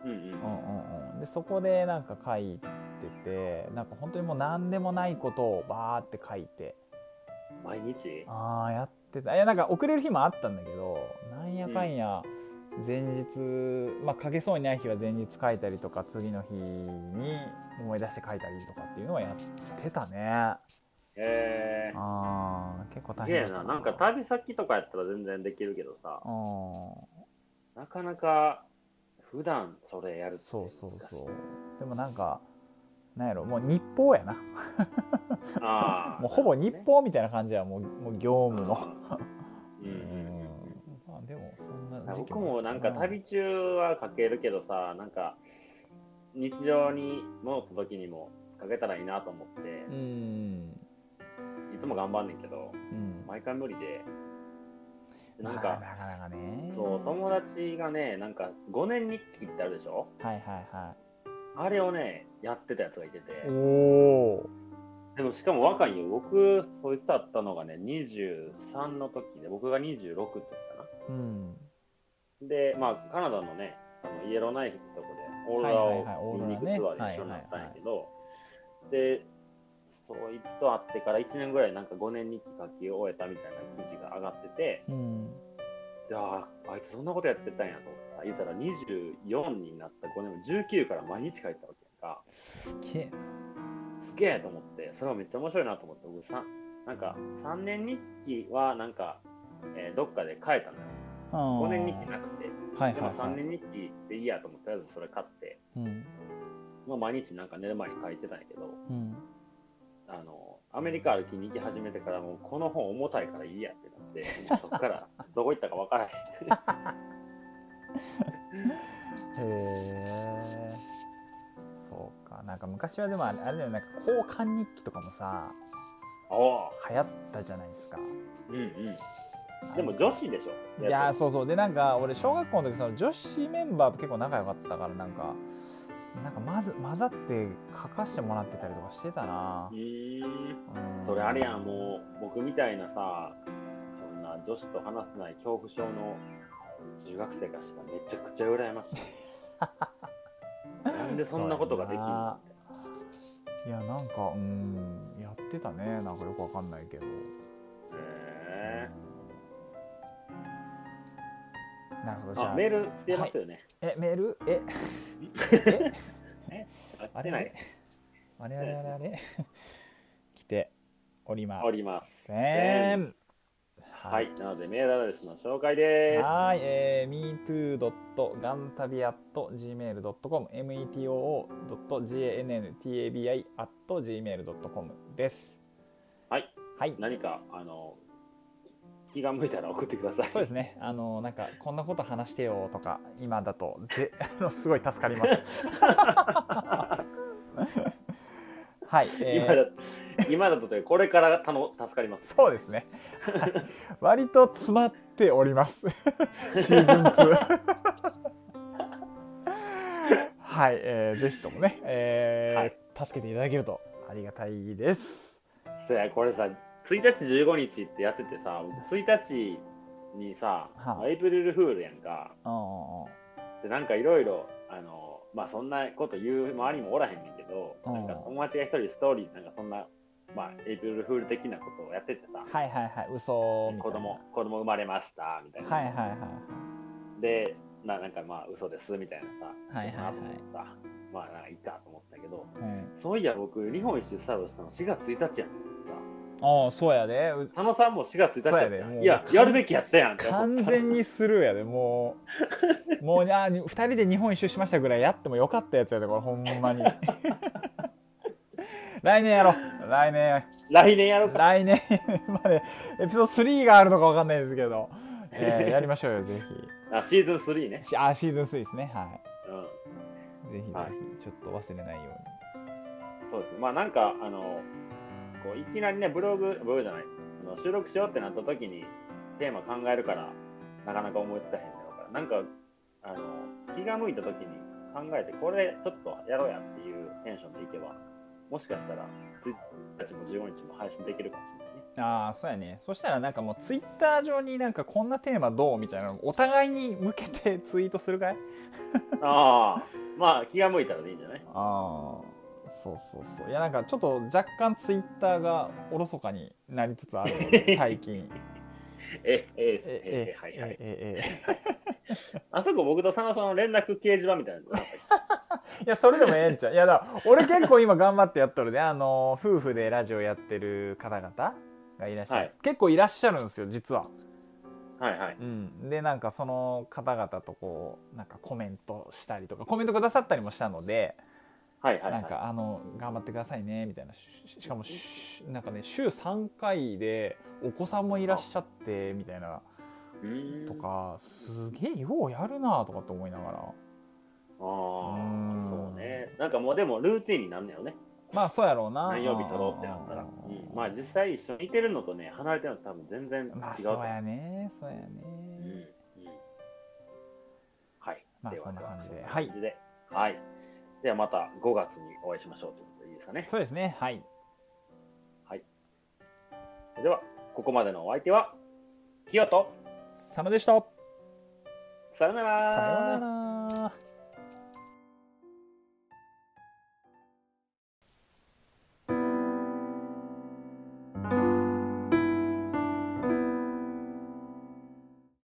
S2: うんうんうん
S1: うんうんうん、でそこでなんか書いててなんか本当にもう何でもないことをバーって書いて
S2: 毎日
S1: ああやってたいやなんか遅れる日もあったんだけどなんやかんや前日、まあ書けそうにない日は前日書いたりとか次の日に思い出して書いたりとかっていうのはやってたねあ
S2: へえ
S1: あ結構
S2: す
S1: 大
S2: げ
S1: 変だ
S2: え
S1: った
S2: な、なんか旅先とかやったら全然できるけどさ、
S1: うん
S2: なかなか普段それやるって
S1: そうそう そうでもなんかなんやろもう日報やな
S2: う。ああ。
S1: もうほぼ日
S2: なる
S1: 報みたいな感じはもうもう業
S2: ほど
S1: 務
S2: ね
S1: の。
S2: うんうんうん
S1: まあでもそん
S2: うん。
S1: な時期
S2: 僕もなんか旅中は書けるけどさ、なんか日常に戻った時にも書けたらいいなと思って
S1: う、ん
S2: いつも頑張んねんけど、
S1: うん
S2: 毎回無理で。でなん
S1: まあ
S2: か、
S1: なかなかね
S2: そう、友達がね、なんか5年日記ってあるでしょ
S1: はいはいは
S2: あれをね、やってたやつがいてて。
S1: いおお
S2: でもしかも若いよ。僕、そいつだったのがね、23の時で、僕が26の時か
S1: うん
S2: な。で、まあ、カナダのね、あのイエローナイフってとこで、オーロラ
S1: はいはいはい
S2: を見に行
S1: オー
S2: くツ
S1: ロ
S2: ア
S1: ラ
S2: ー
S1: ね
S2: で一緒になったんやけど、で、そいつと会ってから1年ぐらいなんか5年日記書き終えたみたいな記事が上がってて、
S1: うん
S2: いやああいつそんなことやってたんやと思った。言ったら24になった5年も19から毎日書いてたわけやんか。
S1: すげえ
S2: すげえと思って、それはめっちゃ面白いなと思って、僕さんなんか3年日記はなんか、えーどっかで書いたのよ。
S1: 5
S2: 5年日記なくて。
S1: はい
S2: で
S1: は
S2: も
S1: い、
S2: 3
S1: はい
S2: 年日記でいいやと思って、とりあえずそれ買って、
S1: うん
S2: まあ、毎日なんか寝る前に書いてたんやけど、
S1: うん、
S2: あの、アメリカ歩きに行き始めてから、もうこの本重たいからいいやってな って、もうそっからどこ行ったか分からへん。
S1: へえそうかなんか昔はでもあれあれだよねなんか交換日記とかもさ
S2: お
S1: 流行ったじゃないですか
S2: ううんうん。でも女子でしょ。
S1: いや
S2: や
S1: ー
S2: っ
S1: そうそうでなんか俺小学校の時その女子メンバーと結構仲良かったからなんかなんかまず混ざって書かしてもらってたりとかしてたな
S2: ぱう、ーん。
S1: うん
S2: それあれやん、もう僕みたいなさ、そんな女子と話せない恐怖症の中学生からしたらめちゃくちゃ羨まし い。なんでそんなことができる
S1: そうやないいやなんかうんやってたねなんかよくわかんないけど
S2: へ
S1: なるほどじ
S2: ー
S1: ゃ
S2: あ
S1: あ
S2: メール来てますよね。
S1: えメールええ
S2: あ
S1: あ
S2: 来て
S1: れ
S2: な
S1: あ
S2: い
S1: れ。あれあれあれあれ 来ておりま
S2: おります。
S1: せん
S2: は、
S1: はい
S2: なのでメールアドレスの紹介です。
S1: はい、えー、metoo.gantabi.gmail.com metoo.gantabi.gmail.com です。
S2: はい、
S1: はい、
S2: 何かあの気が向いたら送ってください。
S1: そうですね。あのなんかこんなこと話してよとか今だとぜ あのすごい助かり ます。はい、えー
S2: 今だ今だとというかこれからたの助かります。
S1: そうですね。はい割と詰まっており ます。シーズン2。はい、えー、ぜひともね、えー助けていただけるとありがたいです。
S2: そうやこれさ、1日15日ってやっててさ、僕1日にさ、
S1: は
S2: エイプリルフールやんか。
S1: うんうんうん
S2: でなんかいろいろあのまあそんなこと言う周りもおらへんねんけど、
S1: うん
S2: なんか友達が一人ストーリーなんかそんなまあエイプリルフール的なことをやっててさ、
S1: はいはいはい、嘘みたいな。
S2: 子供子供生まれましたみたいな。
S1: はいはいはいはい。
S2: で、まあなんかまあ嘘ですみたいなさ、
S1: はいはいはい
S2: そうなさ、まあなんかいいかと思ったけど、
S1: うん、
S2: そういや僕、日本一周スタートしたの4月1日やん。
S1: ああ、そうやで。う
S2: 佐野さんも4月1日やっ
S1: そ
S2: た
S1: うや
S2: や
S1: ね
S2: ん
S1: もう
S2: いや、やるべきやったやんって思っ
S1: 完全にスルーやで、もう。もうね、あー二人で日本一周しましたぐらいやってもよかったやつやで、これほんまに。 来年やろう。来年。
S2: た。来年やろうか。
S1: 来年までエピソード3があるのかわかんないですけど、えー やりましょうよぜ
S2: あシーズン3ね
S1: ひ。しあシーズン3ですねは
S2: うん。
S1: いぜひぜひ、
S2: はい
S1: ちょっと忘れないよ
S2: そうですね。まあなんか、あの、こういきなりね、ブログ、ブログじゃない、あの収録しようってなった時に、テーマ考えるから、なかなか思いつかへんやろうから、なんか、あの、気が向いた時に考えて、これちょっとやろうやっていうテンションでいけば、もしかしたら、1日も15日も配信できるかもしれないね。
S1: うにああそうやねそしたらなんかもうツイッター上になんかこんなテーマどうみたいなのお互いに向けてツイートするかい
S2: ああ、まあ気が向いたらでいいんじゃない
S1: ああそうそうそういやなんかちょっと若干ツイッターがおろそかになりつつあるの で最近
S2: え、え、え、え、はいはい。
S1: ええ
S2: あそこ僕と佐野さんの連絡掲示板みたいなのがあったっ
S1: いやそれでもええんちゃういやだから俺結構今頑張ってやっとるであの夫婦でラジオやってる方々がいらっしゃる、
S2: はい
S1: 結構いらっしゃるんですよ実は、
S2: けはいはい。
S1: うん、でなんかその方々とこうなんかコメントしたりとかコメントくださったりもしたので、
S2: はいはい、はい。
S1: なんかあの頑張ってくださいねみたいなしししかもしなんかね週3回でお子さんもいらっしゃってみたいな
S2: うーん
S1: と。かすげえようやるなとかって思いながら
S2: ああ
S1: うーん、
S2: そうね。なんかもうでもルーティンになんだよね。
S1: まあそうやろうな
S2: 何曜日撮ろうってなったら。うんまあ実際一緒にいてるのとね、離れてるのと多分全然違うと思う。
S1: まあそうやねそうやね、
S2: うんうんはい。
S1: まあ
S2: では
S1: そんな感じで
S2: はそんな感じではい。ではまた5月にお会いしましょうということでいいですかね。
S1: そうですねはい
S2: では、ここまでのお相手は、キヨと、
S1: 佐野でした
S2: さよなら。
S1: さようなら